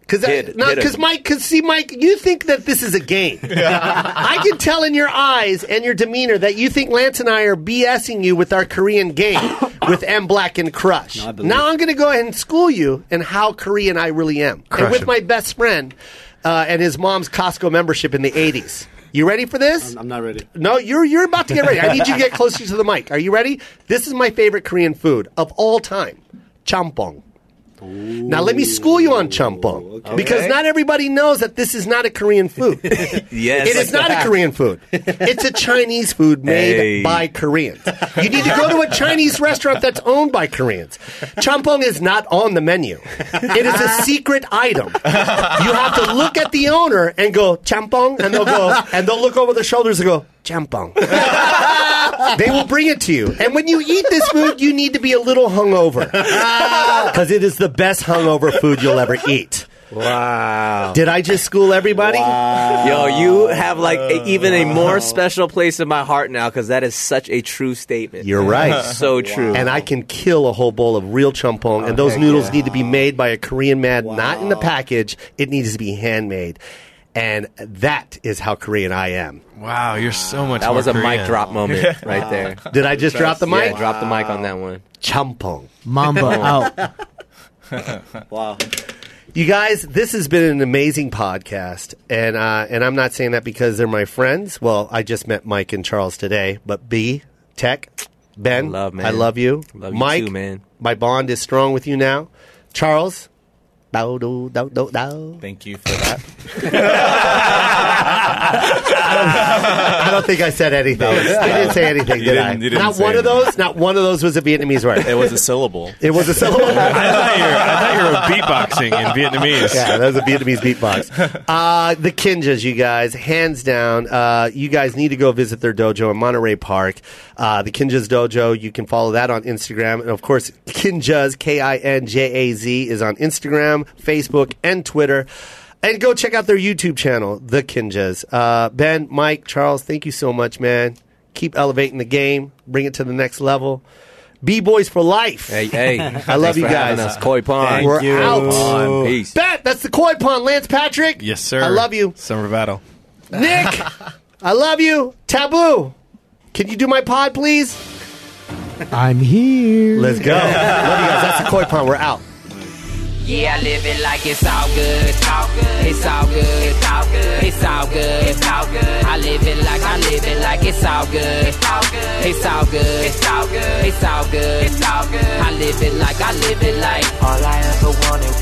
Speaker 2: Because
Speaker 4: Hit it, hit it.
Speaker 2: because Mike, because see, Mike, you think that this is a game. I can tell in your eyes and your demeanor that you think Lance and I are BSing you with our Korean game with M Black and Crush.
Speaker 7: No, I believe-
Speaker 2: now I'm going to go ahead and school you in how Korean I really am, and
Speaker 3: Crush
Speaker 2: with
Speaker 3: him.
Speaker 2: my best friend uh, and his mom's Costco membership in the '80s. You ready for this?
Speaker 7: I'm not ready.
Speaker 2: No, you're you're about to get ready. I need you to get closer to the mic. Are you ready? This is my favorite Korean food of all time, champong. Now let me school you on champong because not everybody knows that this is not a Korean food.
Speaker 4: yes.
Speaker 2: It is not a Korean food. It's a Chinese food made
Speaker 4: Hey.
Speaker 2: by Koreans. You need to go to a Chinese restaurant that's owned by Koreans. Champong is not on the menu. It is a secret item. You have to look at the owner and go champong, and they'll go and they'll look over their shoulders and go champong. They will bring it to you. And when you eat this food, you need to be a little hungover because it is the best hungover food you'll ever eat. Wow! Did I just school everybody?
Speaker 4: Yo, you have like a, even a more special place in my heart now because that is such a true statement.
Speaker 2: You're right.
Speaker 4: so true.
Speaker 2: and I can kill a whole bowl of real champong.
Speaker 4: Oh,
Speaker 2: and those noodles need to be made by a Korean man, not in the package. It needs to be handmade. And that is how Korean I am.
Speaker 3: Wow, you're so much.
Speaker 4: that was a
Speaker 3: more Korean.
Speaker 4: mic drop moment right there.
Speaker 2: Did I just drop the
Speaker 4: Yeah,
Speaker 2: mic?
Speaker 4: drop the mic on that one.
Speaker 2: Champong.
Speaker 9: Mamba out.
Speaker 7: Wow.
Speaker 2: You guys, this has been an amazing podcast, and uh, and I'm not saying that because they're my friends. Well, I just met Mike and Charles today, but B Tech, Ben,
Speaker 4: Love, man.
Speaker 2: I love you,
Speaker 4: Love you
Speaker 2: Mike,
Speaker 4: too, man.
Speaker 2: My bond is strong with you now, Charles. Bow, do, do, do, do.
Speaker 6: Thank you for that.
Speaker 2: I don't think I said anything. I didn't say anything,
Speaker 6: You
Speaker 2: did
Speaker 6: didn't-
Speaker 2: I?
Speaker 6: you didn't
Speaker 2: not
Speaker 6: say
Speaker 2: one of
Speaker 6: anything.
Speaker 2: those. Not one of those was a Vietnamese
Speaker 6: It
Speaker 2: word.
Speaker 6: was a syllable.
Speaker 2: It was a syllable.
Speaker 3: I thought you were, I thought you were beatboxing in Vietnamese.
Speaker 2: Yeah, that was a Vietnamese beatbox. Uh, the Kinjas, you guys, hands down. Uh, you guys need to go visit their dojo in Monterey Park. Uh, the Kinjas Dojo, you can follow that on Instagram. And of course, Kinjas, K I N J A Z, is on Instagram, Facebook, and Twitter. And go check out their YouTube channel, The Kinjas. Uh, ben, Mike, Charles, thank you so much, man. Keep elevating the game, bring it to the next level. B Boys for life.
Speaker 4: Hey, hey.
Speaker 2: I love
Speaker 4: Thanks
Speaker 2: you
Speaker 4: for having
Speaker 2: guys.
Speaker 4: Us. Koi Pond.
Speaker 2: We're out.
Speaker 4: Pond. Peace.
Speaker 2: Bet that's the koi pond, Lance Patrick.
Speaker 3: Yes, sir.
Speaker 2: I love you,
Speaker 3: Summer battle.
Speaker 2: Nick. I love you, Taboo. Can you do my pod, please?
Speaker 9: I'm here.
Speaker 2: Let's go. love you guys. That's the koi pond. We're out.
Speaker 10: Yeah, I live it like it's all good. It's all good. It's all good. It's all good. It's all good. It's all good. I live it like I live it like it's all good. It's all good. It's all good. It's all good. It's all good. It's all good. I live it like I live it like all I ever wanted